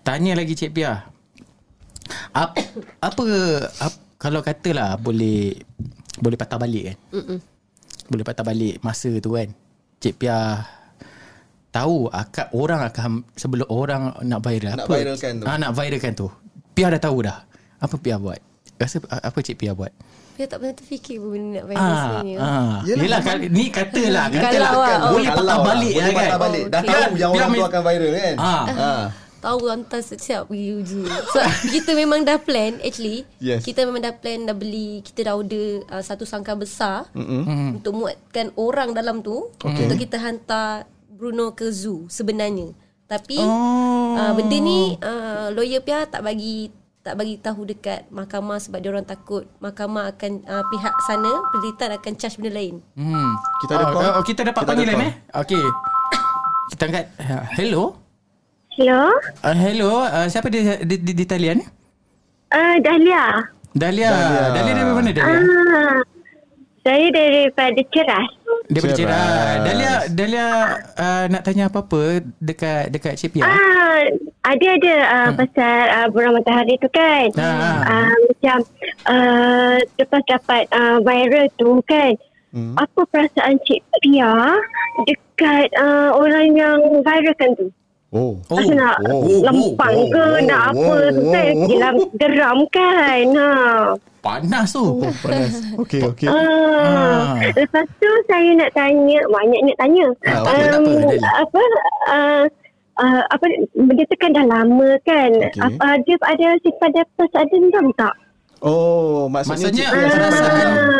tanya lagi Cik Pia. Apa apa, apa kalau katalah boleh boleh patah balik kan? Mm-mm. Boleh patah balik masa tu kan. Cik Pia tahu akak orang akan ham- sebelum orang nak viral Nak apa? viralkan tu. Ah nak viralkan tu. Pia dah tahu dah. Apa Pia buat? Rasa apa Cik Pia buat? Dia tak pernah terfikir pun benda nak bayar ah, Ah, sebenarnya. ah. Yelah, Yelah, kal- ni katalah, katalah kan, Kalau lah. boleh Kalau patah lah, balik Boleh lah kan. patah balik Dah Okey. tahu yang Biar orang tu main- akan viral kan Ah. ha. Tahu hantar siap pergi uji. So, kita memang dah plan actually. Yes. Kita memang dah plan dah beli, kita dah order uh, satu sangkar besar mm-hmm. untuk muatkan orang dalam tu okay. untuk kita hantar Bruno ke zoo sebenarnya. Tapi oh. uh, benda ni uh, lawyer Pia tak bagi tak bagi tahu dekat mahkamah sebab dia orang takut mahkamah akan uh, pihak sana pendidikan akan charge benda lain. Hmm. Kita ada Oh, call? oh, kita dapat Kita ada panggilan call. eh. Okey. Kita angkat. Ah, Hello. Hello, Ah, hello. Ah, siapa di, di, di, di talian? uh, Dahlia. Dahlia. Dahlia. Dahlia, dari mana Dahlia? Ah, saya daripada Ceras. Daripada Ceras. Ceras. Ah, Dahlia, Dahlia ah, nak tanya apa-apa dekat dekat Cik Pia? Ah, ada ada uh, pasal uh, burung matahari tu kan. Hmm. Ah. Ah, macam uh, lepas dapat uh, viral tu kan. Hmm. Apa perasaan Cik Pia dekat uh, orang yang viralkan tu? Oh Oh. Rasa nak oh, oh, lempang oh, ke, oh, nak oh, apa tu oh, kan. oh. Yelah, geram kan. Ha. Panas tu. Oh <laughs> panas Okay okay Ah. Ah. Lepas tu saya nak tanya, banyak nak tanya. Ah, tak apa, tak apa, Dali. apa uh, uh, apa benda tu kan dah lama kan. Okey. Apa dia ada simpan ada pasal dendam tak? Oh maksudnya Maksudnya lah. Cik Pia simpan perasaan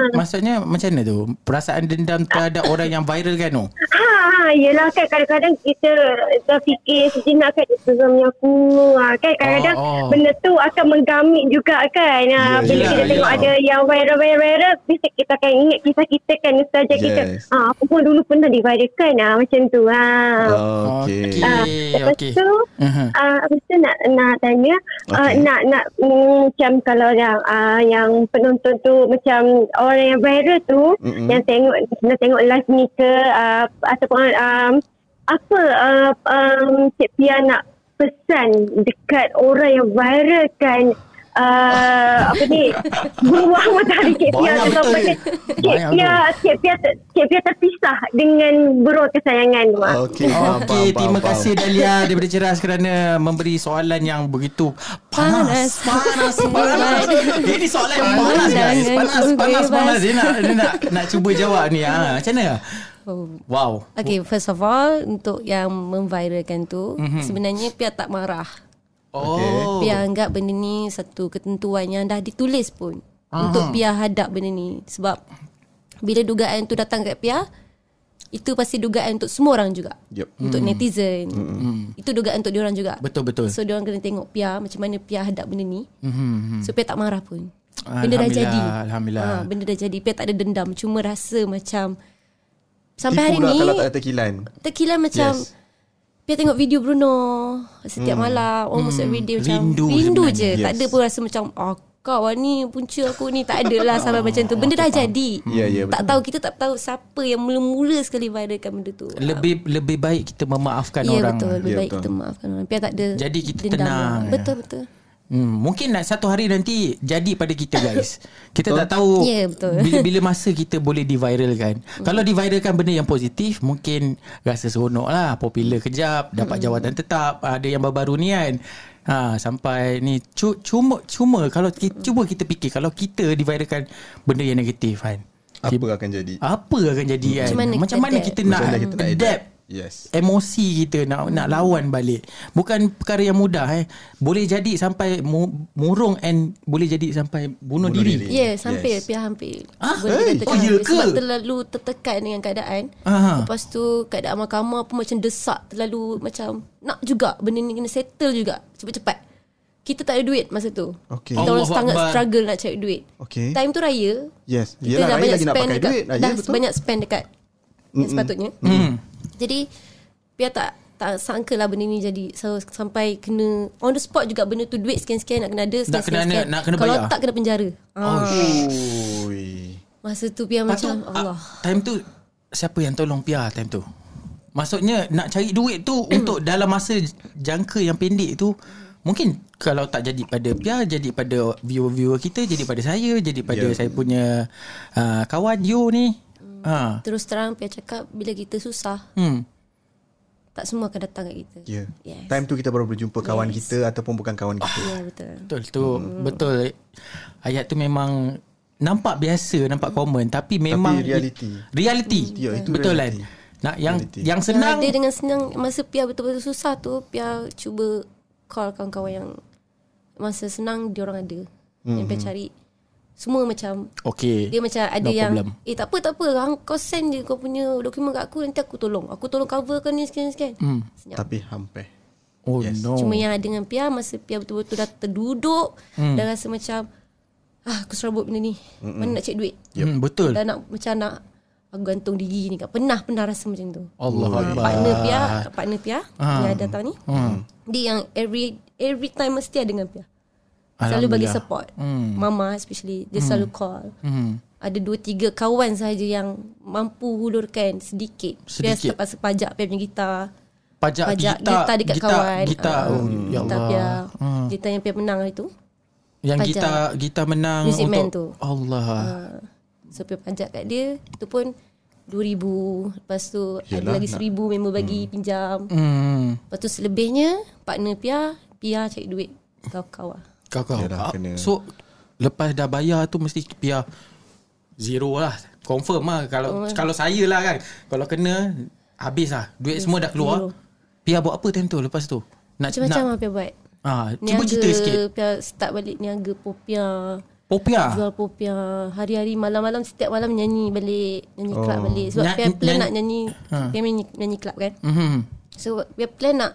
dendam. maksudnya macam mana tu? Perasaan dendam terhadap orang yang viral kan tu? Ha, ha yelah kan kadang-kadang kita terfikir sejenak kan dia suami aku. Ha, kan kadang-kadang Oh, oh. benda tu akan menggamit juga kan. Ya, Ha, bila ya, kita ya. tengok ada yang viral-viral bisa kita akan ingat kisah kita kan nostalgia kita. Yes. Ha, aku pun dulu pernah diviralkan ha, macam tu. Ha. Okay Ah, lepas okey. tu Mhm. uh, lepas tu nak nak tanya uh, Okey. nak nak mm, macam kalau yang uh, yang penonton tu macam orang yang viral tu Mm-mm. yang tengok nak tengok live ni ke uh, ataupun um, apa uh, um, Cik Pia nak pesan dekat orang yang viral kan Uh, apa <laughs> ni Buah matahari Cik Pia Banyak atau betul. apa ni? Cik Banyak Pia Cik Pia ter, Cik Pia terpisah Dengan burung kesayangan tu, ah. Okay Okey, terima kasih Dahlia daripada Ceras kerana memberi soalan yang begitu panas, panas, <laughs> panas. Ini soalan yang panas guys. Panas, panas, panas. Dia nak dia nak nak cuba jawab ni. Ha, macam mana? Oh. Wow. Okay, first of all untuk yang memviralkan tu mm-hmm. sebenarnya Pia tak marah. Oh. Pia anggap benda ni satu ketentuan yang dah ditulis pun Aha. untuk Pia hadap benda ni sebab bila dugaan tu datang kat Pia itu pasti dugaan untuk semua orang juga. Yup. Untuk netizen. Itu dugaan untuk diorang juga. Betul betul. So diorang kena tengok Pia macam mana Pia hadap benda ni. Mhm. So Pia tak marah pun. Benda dah jadi. Alhamdulillah, alhamdulillah. Ha, benda dah jadi. Pia tak ada dendam, cuma rasa macam Tipu sampai hari lah ni kalau tak ada tekilan. terkilan macam Yes. yes. Pia tengok video Bruno setiap hmm. malam almost hmm. every day macam Rindu rindu, rindu je. sebenarnya. Yes. Tak Yes. ada pun rasa macam oh, kau lah ni punca aku ni tak adalah sampai macam tu. Benda dah jadi. Ya, ya, tak tahu kita tak tahu siapa yang mula-mula sekali viralkan benda tu. Lebih lebih baik kita memaafkan ya orang. betul. Lebih Ya, baik betul. kita maafkan orang. Pia tak ada Jadi kita dendam. tenang. Betul betul. Hmm, mungkin nak satu hari nanti jadi pada kita <laughs> guys. Kita tak tahu Ya, betul. Hmm. bila <laughs> bila masa kita boleh diviralkan. Kalau diviralkan benda yang positif, mungkin rasa seronok lah, popular kejap, Hmm. dapat jawatan tetap, ada yang baru-baru ni kan. Ha, sampai ni cu- cuma cuma kalau kita, cuba kita fikir kalau kita diviralkan benda yang negatif kan. Apa akan jadi? Apa akan jadi kan? Macam Macam mana mana kita adapt? kita, Macam nak, mana kita nak adapt? adapt? Yes. emosi kita nak nak lawan balik. Bukan perkara yang mudah eh. Boleh jadi sampai mu, murung and boleh jadi sampai bunuh, Bunuh diri. diri. diri. Ya, sampai Yes. Pia hampir. Ah, eh? Boleh dikatakan Oh, ya hampir ke? Sebab terlalu tertekan dengan keadaan. Aha. Lepas tu keadaan mahkamah pun macam desak terlalu macam nak juga benda ni kena settle juga cepat-cepat. Kita tak ada duit masa tu. Okay. Kita orang Allahu sangat Akbar. struggle nak cari duit. Okay. Time tu raya. Yes. Kita Yelah, raya dah banyak lagi nak spend pakai dekat, duit. Raya, dah betul? banyak spend dekat yang sepatutnya. Hmm. Jadi Pia tak tak sangka lah benda ni jadi so, sampai kena on the spot juga benda tu duit sekian-sekian nak kena ada sekian-sekian. kena- nak kena Kalau bayar. tak kena penjara. Oh, Ah. sh- Ui. Masa tu Pia Lepas tu, macam ah, Allah. Time tu siapa yang tolong Pia time tu? Maksudnya nak cari duit <clears throat> tu untuk dalam masa j- jangka yang pendek tu mungkin kalau tak jadi pada Pia jadi pada viewer-viewer kita jadi pada saya jadi pada Ya. yeah. saya punya uh, kawan Yo ni. Hmm. Ha. Terus terang Pia cakap bila kita susah Hmm. tak semua akan datang kat kita. Ya. Yes. Time tu kita baru berjumpa kawan kita ataupun bukan kawan kita. Ya betul. Betul tu hmm. betul ayat tu memang nampak biasa nampak common tapi memang reality. reality Ya, itu betul reality. kan nak yang Reality. yang senang Senang. Yang ada dengan senang masa Pia betul-betul susah tu Pia cuba call kawan-kawan yang masa senang dia orang ada. Mm-hmm. Yang Pia cari semua macam okey dia macam no ada yang problem. Eh tak apa tak apa Hang- Kau send je kau punya dokumen kat aku Nanti aku tolong Aku tolong cover kau ni sekian-sekian hmm. Senyap Tapi hampir. Mm. oh Mm. Yes. no Cuma yang ada dengan Pia Masa Pia betul-betul dah terduduk hmm. Dah rasa macam Ah, aku serabut benda ni Mm-mm. Mana nak cari duit hmm, betul Dah nak macam nak Aku gantung diri ni kat Pernah pernah rasa macam tu Allah Ah, Akbar Partner Pia Partner Pia Ah. Yang datang ni Hmm. Dia yang every Every time mesti ada dengan Pia Selalu bagi Alhamdulillah. Hmm. support Mama especially Dia selalu call Ada dua tiga kawan saja Yang mampu hulurkan Sedikit, Pia Sedikit. terpaksa pajak Pia punya gitar pajak, pajak gitar gitar dekat gitar, kawan. gitar Ah, oh, ya gitar Allah Pia, gitar yang Pia menang hari tu. yang pajak. gitar gitar menang Music untuk Man tu. Allah Ah, so Pia pajak kat dia, tu pun 2000. Lepas tu Yelah, ada lagi nak- 1000 member bagi pinjam. hmm Lepas tu selebihnya partner Pia, Pia cari duit kau-kau lah. kau kau Ah, Yalah, Ya kena. so lepas dah bayar tu mesti Pia zero lah confirm lah kalau oh. eh. kalau saya lah kan kalau kena habis lah duit semua dah keluar zero. Pia buat apa time tu lepas tu nak Macam-macam nak, lah Pia buat. ah cuba Niaga, cerita sikit Ah. Pia start balik niaga popia. popia Jual popia Hari-hari malam-malam Setiap malam nyanyi balik Nyanyi oh. club Oh. balik Sebab Nya- Pia plan nyanyi- nak nyanyi Ha. Pia nyanyi, nyanyi club kan mhm So we plan nak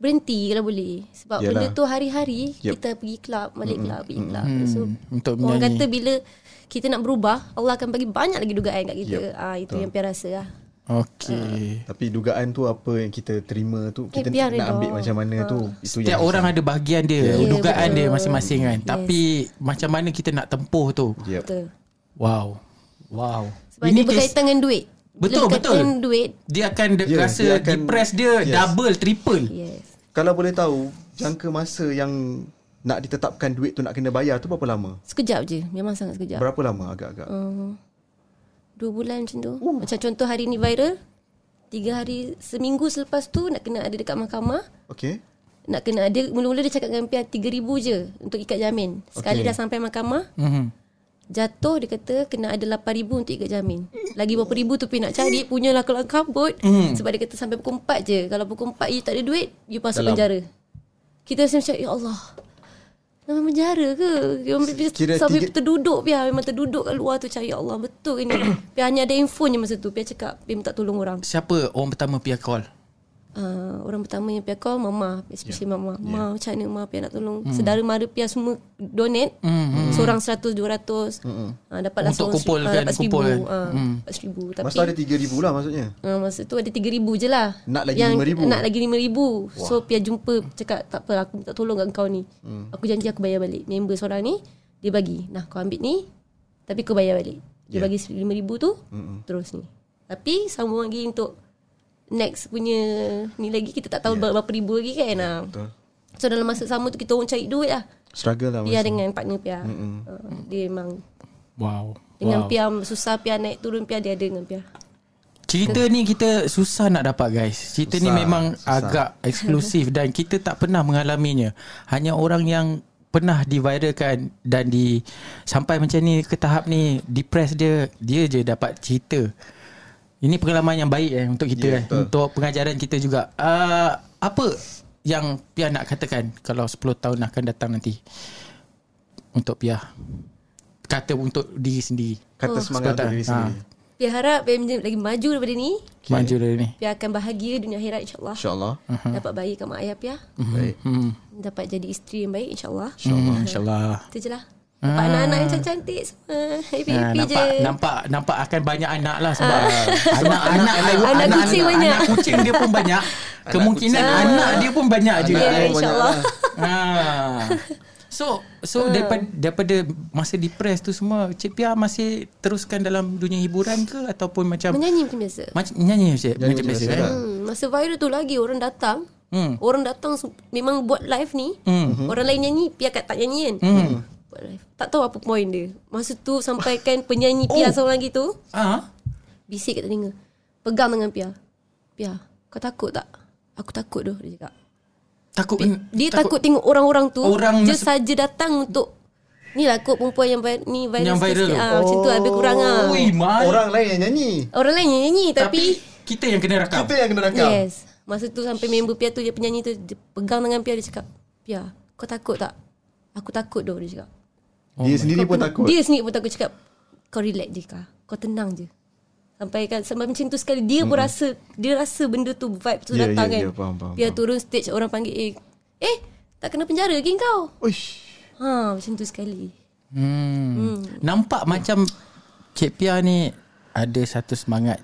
berhenti kalau boleh sebab Yalah. Yalah. benda tu hari-hari Yep. yep. kita pergi club, balik mm. club, pergi club. Mm. So Hmm, Untuk orang menyanyi. kata bila kita nak berubah, Allah akan bagi banyak lagi dugaan kat kita. Yep. Ah itu yang Pia rasa lah. uh, okey Tapi dugaan tu apa yang kita terima tu kita Eh, biar nak redha. ambil macam mana tu itu Setiap orang ada bahagian dia, Ya, dugaan betul. dia masing-masing kan. Yes. Tapi macam mana kita nak tempuh tu? yep. Betul. Wow. Wow. Sebab Ini dia berkaitan dengan duit. Betul, bila berkaitan betul. dengan duit, dia akan de- Ya, yeah, rasa dia dia akan- depress dia Yes. yes. double triple. yes. Kalau boleh tahu jangka masa yang nak ditetapkan duit tu nak kena bayar tu berapa lama? Sekejap je. Memang sangat sekejap. Berapa lama agak-agak? Hmm. Dua bulan macam tu. Oh. Uh. Macam contoh hari ni viral. Tiga hari seminggu selepas tu nak kena ada dekat mahkamah. Okey. nak kena dia mula-mula dia cakap dengan Pia 3000 je untuk ikat jamin. Okey. Sekali okay. dah sampai mahkamah, Mhm. jatuh dia kata kena ada 8000 untuk ikat jamin. Lagi berapa ribu tu Pia nak <laughs> cari punyalah kalau Mhm. kabut. Mm. Sebab dia kata sampai pukul 4 je. Kalau pukul 4 you tak ada duit, you masuk Dalam. penjara. Kita rasa macam, ya Allah. Dalam penjara ke? Dia ambil pia- Kira sampai tiga- terduduk Pia memang terduduk kat luar tu cakap ya Allah betul ke <coughs> ni Pia hanya ada info je masa tu Pia cakap Pia minta tolong orang Siapa orang pertama Pia call? uh, orang pertama yang Pia call Mama especially yeah. Mama Ma macam mana Ma Pia nak tolong Sedara mara Pia semua donate mm. seorang 100 200 mm. uh, Untuk dapatlah seorang seri- kumpulkan, ah, dapat seribu, kumpulkan. ah, Mm. dapat seribu. tapi Masa tu ada 3,000 lah maksudnya Uh, masa tu ada 3000 je lah Nak lagi Yang 5,000? Nak lagi 5000 So Pia jumpa Cakap tak apa Aku minta tolong kat kau ni hmm. Aku janji aku bayar balik Member seorang ni Dia bagi Nah kau ambil ni Tapi kau bayar balik Dia Yeah. yeah. bagi 5000 tu hmm. Terus ni Tapi sambung lagi untuk Next punya Ni lagi kita tak tahu yeah. Berapa ribu lagi kan yeah, Betul So dalam masa sama tu Kita orang cari duit lah Struggle lah Pia masa dengan partner Pia uh, Dia memang Wow. Dengan Pia Susah Pia naik turun Pia Dia ada dengan Pia Cerita ni kita susah nak dapat guys. Cerita ni Susah, memang susah. agak eksklusif dan kita tak pernah mengalaminya. Hanya orang yang pernah diviralkan dan di sampai macam ni ke tahap ni depress dia dia je dapat cerita. Ini pengalaman yang baik eh untuk kita Ya, yeah, eh. betul. untuk pengajaran kita juga. Uh, apa yang Pia nak katakan kalau 10 tahun akan datang nanti untuk Pia? Kata untuk diri sendiri. Kata Oh. semangat untuk diri Ha. sendiri Pia harap Pia menjadi- lagi maju daripada ni Okay. Maju dari ni. Pia akan bahagia dunia akhirat insyaAllah InsyaAllah uh-huh. Dapat bayi kat mak ayah Pia Hmm. Mhm. Baik Dapat jadi isteri yang baik insyaAllah InsyaAllah. InsyaAllah. Itu je lah Dapat anak-anak yang cantik-cantik semua Ah, Happy-happy nampak, je nampak nampak akan banyak anak lah <laughs> sebab anak-anak anak- anak, anak kucing anak, banyak. anak kucing dia pun banyak kemungkinan anak, dia pun banyak juga Ya, eh. insyaAllah ah. so so daripada daripada masa depres tu semua Cik Pia masih teruskan dalam dunia hiburan ke ataupun macam Menyanyi macam biasa macam nyanyi macam, macam biasa kan lah. hmm, Masa viral tu lagi orang datang Hmm. Orang datang su- memang buat live ni Hmm. Orang lain nyanyi Pia kat tak nyanyi kan hmm. Buat live Tak tahu apa point dia Masa tu sampaikan penyanyi Oh. Pia seorang lagi tu ah Bisik kat telinga Pegang dengan Pia Pia kau takut tak? Aku takut tu dia cakap takut Dia takut, takut tengok orang-orang tu Orang orang Dia masa- saja datang untuk Ni lah kot perempuan yang vi- ni viral Yang viral sikit-sikit tu. ah, Macam tu lah, lebih kurang lah Ui, mal. Orang lain yang nyanyi Orang lain yang nyanyi tapi tapi, kita yang kena rakam Kita yang kena tapi rakam Yes Masa tu sampai member Pia tu Dia penyanyi tu dia Pegang dengan Pia dia cakap Pia kau takut tak? Aku takut tu dia cakap Oh Dia sendiri pun takut Dia sendiri pun takut cakap Kau relax je kah Kau tenang je Sampai kan Sampai macam tu sekali Dia pun rasa Dia rasa benda tu Vibe tu Ya, ya, datang kan ya, faham, faham, Dia faham. turun stage Orang panggil eh, eh tak kena penjara lagi kau Uish Ha macam tu sekali Hmm. Nampak macam Cik Pia ni ada satu semangat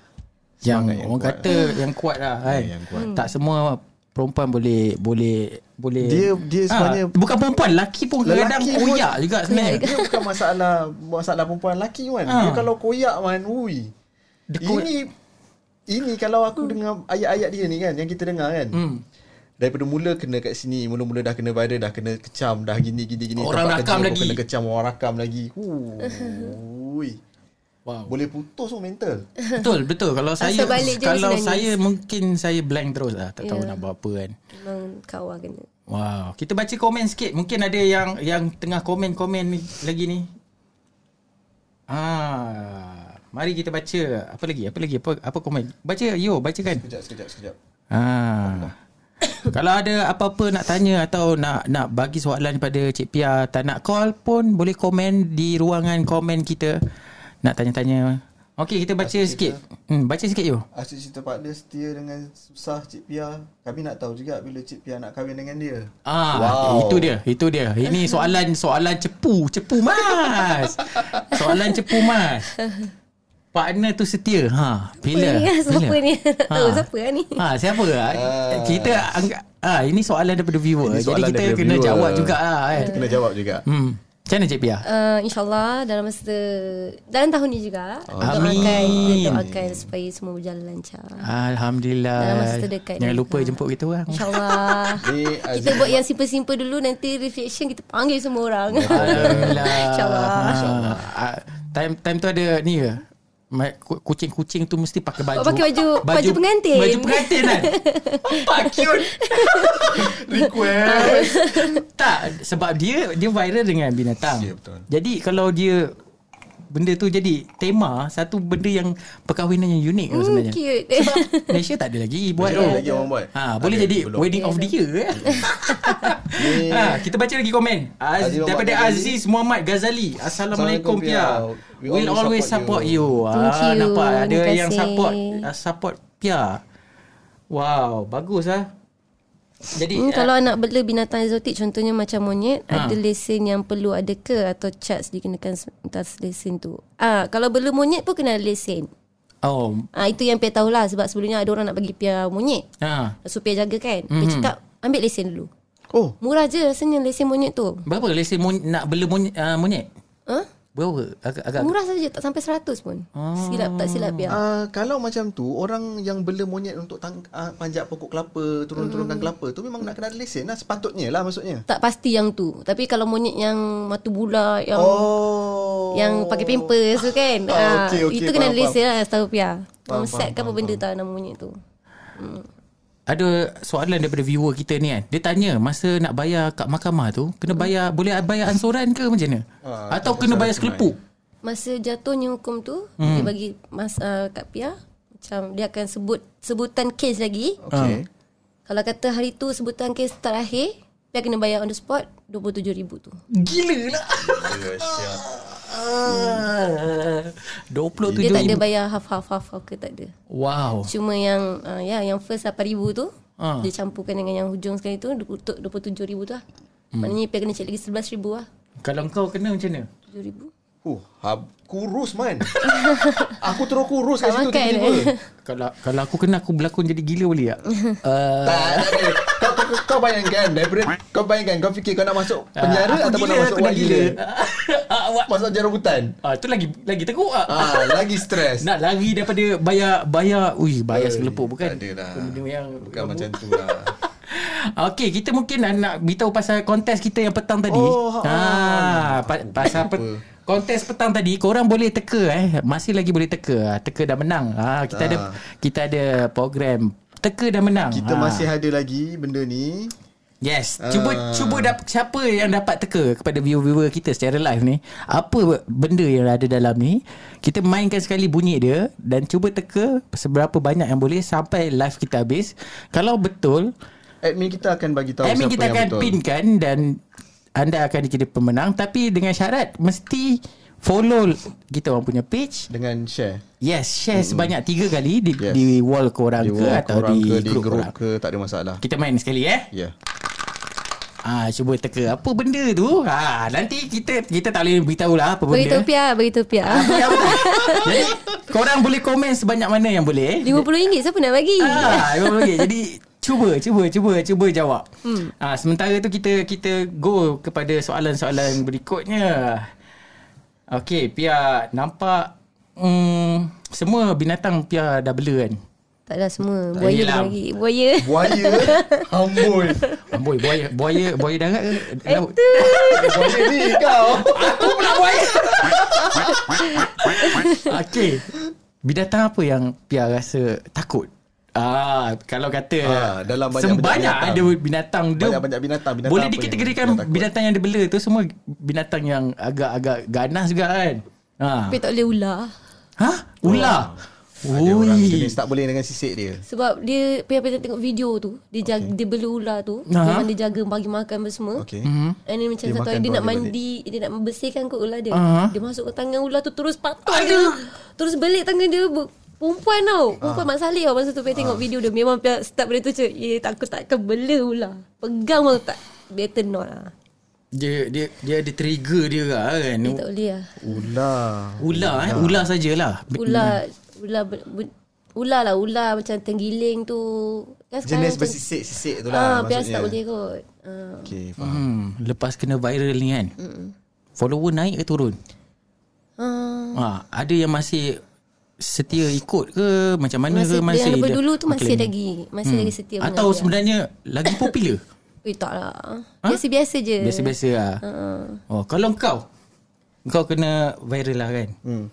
yang Semangat yang orang kuat. Ya, kata yang kuat lah kan. yang kuat. Tak semua perempuan boleh boleh boleh Dia- dia sebenarnya- ha, bukan perempuan lelaki pun kadang-kadang Lelaki pun- koyak juga sebenarnya. Dia bukan masalah Masalah perempuan lelaki kan Ah. Dia kalau koyak man Ui Dia koyak. Ini Ini kalau aku dengar Ayat-ayat dia ni kan Yang kita dengar kan Hmm. Daripada mula kena kat sini Mula-mula dah kena viral Dah kena kecam Dah gini gini gini Orang Tempat rakam kerja pun lagi. Kena kecam Orang rakam <laughs> lagi Ui Wow. Boleh putus pun mental Betul betul kalau saya balik je kalau mesti nangis. saya mungkin saya blank terus lah tak tahu nak buat apa kan. Memang kau lah kena Wow, kita baca komen sikit. Mungkin ada yang yang tengah komen-komen ni, lagi ni. Ah, mari kita baca. Apa lagi? Apa lagi? Apa apa komen? Baca yo, bacakan. Sekejap sekejap sekejap Ah. <coughs> Kalau ada apa-apa nak tanya atau nak nak bagi soalan pada Cik Pia, tak nak call pun boleh komen di ruangan komen kita. Nak tanya-tanya. Okey, kita baca sikit. Hmm, baca sikit yo. Asyik cerita partner setia dengan susah Cik Pia Kami nak tahu juga bila Cik Pia nak kahwin dengan dia Ah, wow. Wow. itu dia, itu dia. Ini soalan soalan cepu, cepu mas. Soalan cepu mas. Partner tu setia. Ha, bila? Apa ni <laughs> Siapa bila? ni Tak tahu Ha. siapa lah ni Ha, siapa? Uh, kita anggap ah ini soalan daripada viewer. Ah. Ini Jadi soalan kita daripada kena viewer. jawab juga lah kan. Kita kena jawab juga Hmm. Macam mana Cik Pia? uh, InsyaAllah dalam masa Dalam tahun ni juga Amin. Doakan Kita doakan supaya semua berjalan lancar Alhamdulillah. Dalam masa dekat ni. Jangan lupa jemput kita orang. <laughs> InsyaAllah Ni Kita buat yang simple-simple dulu Nanti reflection kita panggil semua orang <laughs> Alhamdulillah. InsyaAllah. InsyaAllah. Ah, time time tu ada ni ke? Ma- ku- Kucing-kucing tu mesti pakai baju. Oh, pakai baju- baju pengantin. Baju pengantin <laughs> kan? Nampak cute. Request. tak, sebab dia dia viral dengan binatang. Ya, betul. Jadi kalau dia benda tu jadi tema satu benda yang perkahwinan yang unik hmm, Hmm, sebenarnya. cute. Malaysia tak ada lagi buat. Belum kan? lagi orang buat. Ha, boleh Ada, jadi belum. wedding of the year. <laughs> eh. Yeay. ha, kita baca lagi komen. Az, Aziz Muhammad daripada Ghazali. Aziz Muhammad Ghazali. Assalamualaikum Assalamualaikum, Pia. Pia. We We'll always support you. Ah, Thank you. nampak ada Terima yang kasih. support uh, support Pia. Wow, bagus ah. Jadi ah, Hmm, kalau nak bela binatang eksotik contohnya macam monyet, Ha. ha. ada lesen yang perlu ada ke atau charge dikenakan se- atas lesen tu? Ah, kalau bela monyet pun kena ada lesen. oh Ah, itu yang Pia tahulah sebab sebelumnya ada orang nak bagi Pia monyet. ha So Pia jaga kan. Mm-hmm. Mhm. Pia cakap ambil lesen dulu. Oh, Murah je rasanya lesen monyet tu. berapa lesen mon- nak bela mon- uh, monyet? Huh? Berapa? Agak agak Murah saja tak sampai 100 pun. Ah. Silap tak silap ya. Pia. Uh, kalau macam tu orang yang bela monyet untuk tang, uh, panjat pokok kelapa, turun-turunkan kelapa tu memang nak kena ada lesen lah sepatutnya lah maksudnya. Tak pasti yang tu. Tapi kalau monyet yang mata bula yang Oh. yang pakai pampers tu kan. Ah, Ah, okey, okey, itu kena faham, lesen lah setahu Pia. Faham, Set ke faham, apa benda tak nama monyet tu. ada soalan daripada viewer kita ni kan. Dia tanya masa nak bayar kat mahkamah tu, kena bayar boleh bayar ansoran ke macam mana? Ah, Atau tak kena besar bayar tunai. sekelepuk? Masa jatuhnya hukum tu hmm. dia bagi mas uh, kat Pia macam dia akan sebut sebutan kes lagi. Okay. Kalau kata hari tu sebutan kes terakhir, Pia kena bayar on the spot 27000 tu. Gila lah. Ah. Dia tak ada 27 bayar half half half half ke tak ada. Wow. Cuma yang uh, ya yang first 8000 tu Ah. dia campurkan dengan yang hujung sekali tu 20 27000 tu lah. Hmm. Maknanya Pia kena cek lagi 11000 lah. Kalau kau kena macam mana? 7000. Huh, Uh, hab, kurus <laughs> man. aku terus kurus kat Tak situ makan, tiba-tiba. eh. Kalau kalau aku kena aku berlakon jadi gila boleh tak? Ah, Tak, tak ada. Kau, kau, kau- kau bayangkan daripada kau bayangkan kau fikir kau nak masuk penjara Ah, aku ataupun gila, nak masuk aku dah wad gila. <laughs> gila. Masuk penjara hutan. Ah tu lagi lagi teruk ah. Ah, lagi stres. Nak lari daripada bayar bayar ui bayar sekelepuk bukan? Tak adalah. Benda yang Bukan macam tu lah. Okey, kita mungkin nak, nak beritahu pasal kontes kita yang petang tadi. Oh, ha, ha, pa, pasal pe, lupa. kontes petang tadi, korang boleh teka eh, masih lagi boleh teka. Ah, Teka dan menang. Ha, kita Ah. ada kita ada program teka dan menang. Ah. Kita masih ada lagi benda ni. Yes, cuba Ah. cuba dap, siapa yang dapat teka kepada viewer-viewer kita secara live ni, apa benda yang ada dalam ni, kita mainkan sekali bunyi dia dan cuba teka seberapa banyak yang boleh sampai live kita habis. Kalau betul, Admin kita akan bagi tahu Admin siapa kita yang akan betul. pinkan dan anda akan jadi pemenang tapi dengan syarat mesti follow kita orang punya page. dengan share. Yes, share mm-hmm. sebanyak tiga kali di, yes. Yes. di wall korang Di ke wall atau korang di, lah. ke, grup, korang. ke tak ada masalah. Kita main sekali eh. Ya. Yeah. Ah cuba teka apa benda tu? Ah nanti kita kita tak boleh beritahu lah apa <laughs> Bagi benda. tu Pia, bagi tu Pia. <laughs> Jadi korang boleh komen sebanyak mana yang boleh. eh. RM50 siapa nak bagi? <laughs> Ah, memang okey. Jadi cuba cuba cuba cuba jawab. Hmm. Ah, sementara tu kita kita go kepada soalan-soalan berikutnya. Okey, Pia nampak mm, semua binatang Pia dah bela kan. Tak dah semua. Buaya yelah. lagi. Buaya. <laughs> Buaya Amboi Amboi, buaya buaya buaya darat ke? Eh, Laut. Buaya ni kau Aku pula buaya. <laughs> Okey. Binatang apa yang Pia rasa takut? Ah, kalau kata Ah, dalam banyak-banyak sebanyak binatang. ada binatang dia Banyak-banyak binatang, binatang boleh apa yang dikategorikan Pia takut? binatang yang dibela tu semua binatang yang agak-agak ganas juga kan. Ha. Tapi tak boleh ular. Ha? Ular. Oh. Ada orang Ui. jenis tak boleh dengan sisik dia Sebab dia Pia Pia tengok video tu, dia jaga, okay. dia bela ular tu, Ha. memang dia jaga bagi makan apa semua. Okay Mhm. And then Eh, Hmm? macam Dia dia satu makan hari dia tu nak dia mandi, dia nak membersihkan kot ular dia. Ah. Dia masuk ke tangan ular tu terus patok dia. Terus belik tangan dia. Ber- Perempuan tau Perempuan Mak Saleh tau Masa tu Pia tengok video dia Memang Pia start benda tu je Ya tak, aku tak akan bela ular Pegang pun tak Better not lah Dia dia dia ada trigger dia lah kan. Dia tak boleh lah Ular Ular eh, Ah. ular sajalah. Ular Ular ber- ber- Ular lah Ular macam tenggiling tu kan sekarang Jenis macam- bersisik-sisik tu lah Ah, Biasa tak boleh kot ah. Okay faham Hmm, lepas kena viral ni kan. Follower naik ke turun? Ah. Ha, ada yang masih setia ikut ke macam mana Masih, ke masih yang Kan dia- dulu tu claim? masih lagi Masih lagi setia atau mengajar. sebenarnya lagi <laughs> popular Eh tak lah Biasa-biasa je biasa-biasa lah Ah. oh kalau kau kau kena viral lah kan hmm.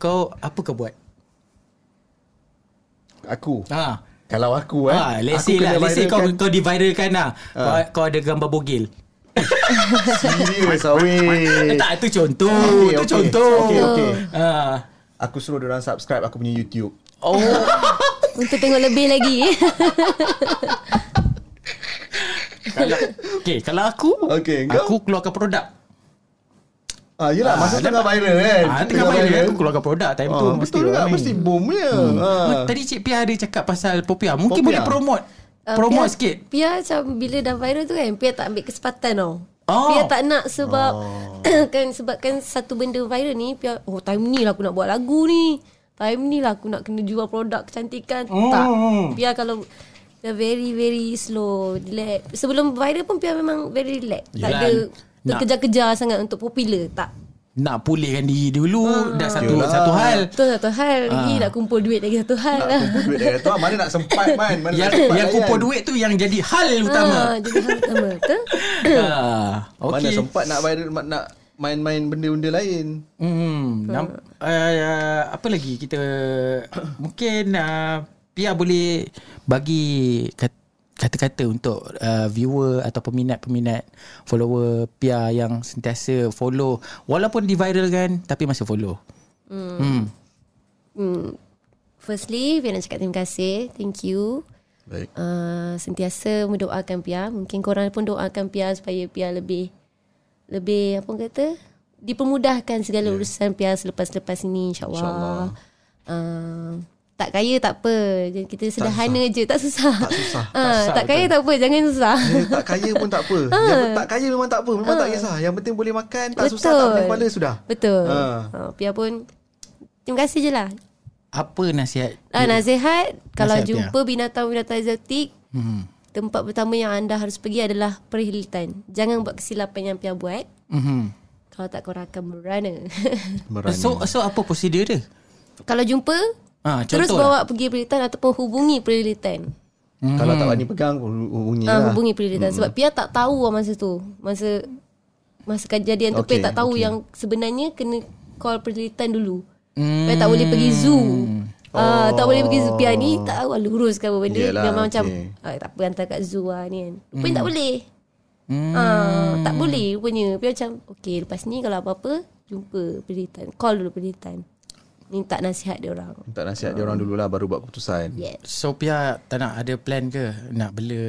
kau apa kau buat Hmm. Aku ha Kalau aku eh ha let's say aku lah kena kan? <laughs> let's say kau viralkan- Ha. kau diviralkan lah kau, kau ada gambar bogil Eh, Serius aweh. Tak, itu contoh. Eh. Okey, itu okey. contoh. Okey, okey. Ah. Aku suruh orang subscribe aku punya YouTube. Oh, Untuk tengok lebih <laughs> lagi kalau, okay, kalau aku, Okey, kau? aku keluarkan produk. Ah yelah Ah, masa dah- tengah viral kan. Ah, tengah viral aku keluarkan produk time tu lah. Ah, betul juga ramai. mesti boom dia. Oh, Ah. Tadi Cik Pia ada cakap pasal popiah. Mungkin boleh Popiah. promote. Uh, promote Pia- sikit. Pia macam bila dah viral tu kan Pia tak ambil kesempatan tau Oh. Pia tak nak sebab <coughs> kan sebabkan satu benda viral ni Pia oh time ni lah aku nak buat lagu ni time ni lah aku nak kena jual produk kecantikan Hmm. tak Pia kalau dia very very slow relax sebelum viral pun Pia memang very relax tak Yelah, ada nak- terkejar-kejar sangat untuk popular tak Nak pulihkan diri dulu. Ah. Dah satu Yalah. satu hal. tu satu Ah. hal lagi nak kumpul duit lagi satu hal Nak lah kumpul duit dia tu ah, mana nak sempat man. Mana Yang, kan? nak sempat yang layan. kumpul duit tu yang jadi hal utama. Ah, jadi hal utama <laughs> betul <coughs> Ah, Mana okay. sempat nak viral mak- nak main-main benda-benda lain. Hmm, nam, uh, apa lagi kita <coughs> mungkin uh, Pia boleh bagi kat- kata-kata untuk uh, viewer atau peminat-peminat follower Pia yang sentiasa follow walaupun diviralkan tapi masih follow. Hmm. hmm. Hmm. Firstly, Pia nak cakap terima kasih. Thank you. Baik. Uh, sentiasa mendoakan Pia. Mungkin korang pun doakan Pia supaya Pia lebih lebih apa orang kata? Dipermudahkan segala yeah. urusan Pia selepas-lepas ini insya-Allah. Ya. InsyaAllah. Uh, tak kaya tak apa. Jadi Kita sederhana tak je, tak susah. Tak susah. <laughs> Ah, tak kaya tak apa, jangan <laughs> susah. Dia tak kaya pun tak apa. Yang Ah. tak kaya memang tak apa. Memang tak kisah. Yang penting boleh makan, tak susah, tak pening kepala sudah. Betul. Ha. Uh. Uh, Pia pun terima kasih je lah. Apa nasihat? Ah, nasihat kalau Nasihat, ya. jumpa binatang-binatang eksotik, hmm. tempat pertama yang anda harus pergi adalah perhilitan. Jangan buat kesilapan yang Pia buat. Mhm. Kalau tak korang akan merana. <laughs> Merani. So so apa prosedur dia? kalau jumpa, Ah, terus contoh bawa pergi perhilitan ataupun hubungi perhilitan. Mhm. Kalau tak berani pegang hu- hubungi Ah, lah. hubungi perhilitan sebab Pia tak tahu lah masa tu. Masa masa kejadian tu Okey, Pia tak tahu okey. yang sebenarnya kena call perhilitan dulu. Hmm. Pia tak boleh pergi zoo. Oh. Ah, tak boleh pergi zoo Pia ni tak tahu lah luruskan apa benda. Yelah, Yelah, Memang macam okey. Hmm. ah, tak apa hantar kat zoo lah ni kan. Rupanya tak boleh. Ah, tak boleh rupanya. Pia macam okey lepas ni kalau apa-apa jumpa perhilitan. Call dulu perhilitan. Minta nasihat dia orang. Minta nasihat dia orang dululah baru buat keputusan. Yes. So Pia tak nak ada plan ke nak bela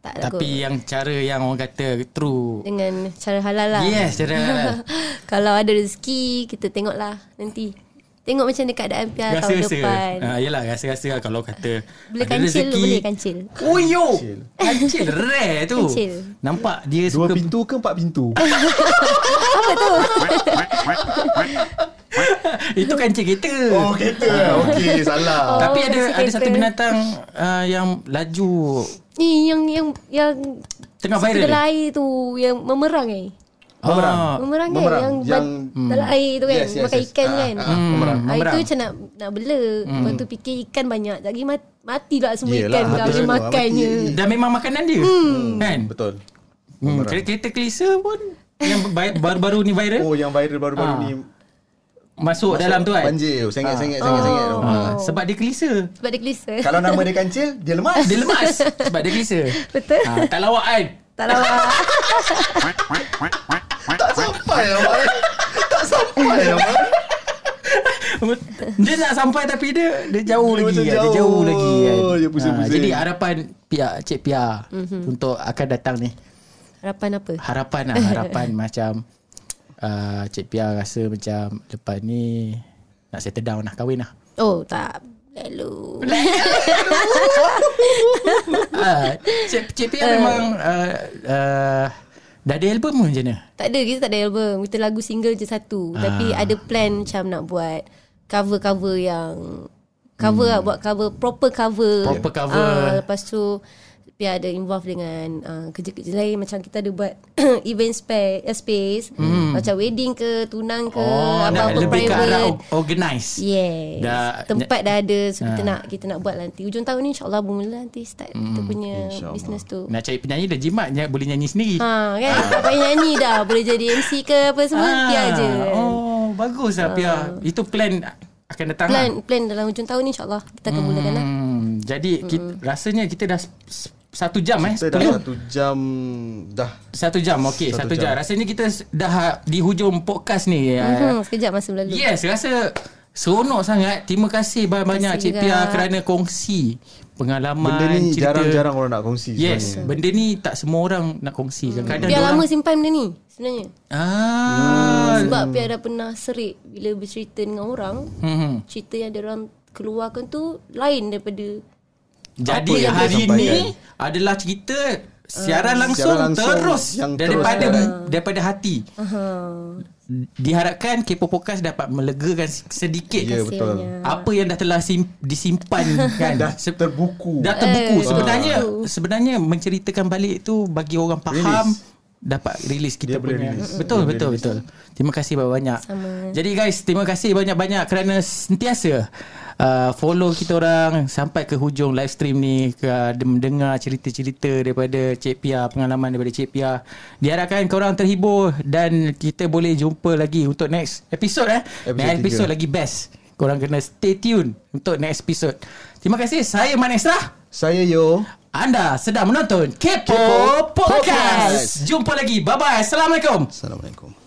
Tak nak tapi kot. yang cara yang orang kata true. dengan cara halal lah. Yes, cara halal. <laughs> Kalau ada rezeki, kita tengoklah nanti. Tengok macam mana keadaan Pia tahun depan. Ha, yelah rasa-rasa lah kalau kata Boleh ada kancil, rezeki. boleh kancil. Oh yo Kancil rare tu Kancil. Nampak dia Dua suka pintu ke empat <laughs> pintu? <laughs> Ah, Itu kancil kereta Oh kereta Okey salah Tapi Oh, ada kancil ada kereta. satu binatang uh, Yang laju Ni yang yang yang Tengah situ viral dalam air tu yang memerang eh. Memerang. Ah, Hmm. Memerang, memerang. kan yang, yang Yang- dalam air tu kan Yes, yes, makan yes. ikan Ah, kan. ah, ah, Hmm, memerang. Ah, memerang. Hmm. itu macam nak nak bela. Lepas tu fikir ikan banyak. Lagi mati, mati pula semua Yelah, ikan kau betul boleh tu, makannya. mati. Dan memang makanan dia hmm. Kan Betul hmm. Kereta, kereta kelisa pun Yang ba- baru-baru ni viral Oh yang viral baru-baru Eh? Ah. ni Masuk, dalam tu kan Banjir Oh. Sengit-sengit Sengit-sengit tu. Oh. Ah, Sebab dia kelisa Sebab dia kelisa. Kalau nama dia kancil Dia lemas Dia <laughs> lemas Sebab dia kelisa <laughs> Betul. Ah, Tak lawak kan Tak lawa. Tak sampai awak Tak sampai lah, awak <laughs> Dia nak sampai tapi dia dia jauh dia Dia lagi. Jauh. macam Dia jauh. Oh, jauh lagi kan. Dia pusing-pusing. Mhm. jadi harapan Pia Cik Pia mm-hmm. untuk akan datang ni. Harapan apa? Harapan lah, <laughs> harapan macam uh, Cik Pia rasa macam lepas ni nak settle down lah, kahwin <laughs> lah. Oh, tak. Lalu. Ah, Cik, Cik Pia memang Eh. uh, uh, dah ada album ke macam mana? Tak ada, kita tak ada album. Kita lagu single je satu. Ah. Tapi ada plan macam nak buat cover-cover yang cover hmm. lah, buat cover proper cover. Proper cover. Ah, lepas tu Pia ada involve dengan uh, kerja-kerja lain macam kita ada buat <coughs> event space, eh, space hmm. macam wedding ke, tunang ke, dah apa-apa Oh, lebih ke arah private. o- organise. Yes. Dah- Dah, Tempat dah ada so kita nak kita nak buat nanti. Hujung tahun ni insya-Allah bermula nanti start hmm. kita punya InsyaAllah. business tu. Nak cari penyanyi dah jimat, nya- boleh nyanyi sendiri. Ha kan Tak payah nyanyi dah Boleh jadi MC ke apa semua ah, Pia je Ah. Oh, bagus lah Pia. Itu plan akan datang lah. Plan plan dalam hujung tahun ni insyaAllah Kita akan mulakan lah Hmm, jadi kita, rasanya kita dah s- s- Satu jam eh Kita dah Tolong. satu jam dah. Satu jam okey satu, Satu jam. jam. Rasanya kita s- dah di hujung podcast ni. Uh, Hmm, sekejap masa berlalu. yes, rasa seronok sangat. Terima kasih banyak-banyak Terima kasih Cik Pia juga. kerana kongsi pengalaman Benda ni cerita. jarang-jarang orang nak kongsi Yes, sebenarnya. benda ni tak semua orang nak kongsi. Kadang-kadang Hmm. Biar dorang- lama simpan benda ni sebenarnya. Ah. Sebab Pia dah pernah serik bila bercerita dengan orang, Hmm. cerita yang dia orang keluarkan tu lain daripada Jadi yang hari dia ini sampaikan? adalah cerita siaran langsung, Ah. Siaran langsung terus yang terus kan? Uh-huh. daripada direct. daripada hati. uh, Diharapkan Kepo Podcast dapat melegakan sedikit Ya, betul. apa yang dah telah sim- <laughs> disimpan kan Dah Se- terbuku. dah terbuku Eh, sebenarnya terbuku. sebenarnya menceritakan balik tu bagi orang faham dapat release kita Dia boleh punya release. betul Dia boleh betul betul terima kasih banyak-banyak Sama. jadi guys terima kasih banyak-banyak kerana sentiasa uh, follow kita orang sampai ke hujung live stream ni ke, mendengar cerita-cerita daripada Cik Pia pengalaman daripada Cik Pia diharapkan korang terhibur dan kita boleh jumpa lagi untuk next episode eh Episode next tiga. episode lagi best korang kena stay tune untuk next episode terima kasih saya Man Esra Saya Yo. anda sedang menonton Kepo, Kepo Podcast. Jumpa lagi. Bye-bye. Assalamualaikum. Assalamualaikum.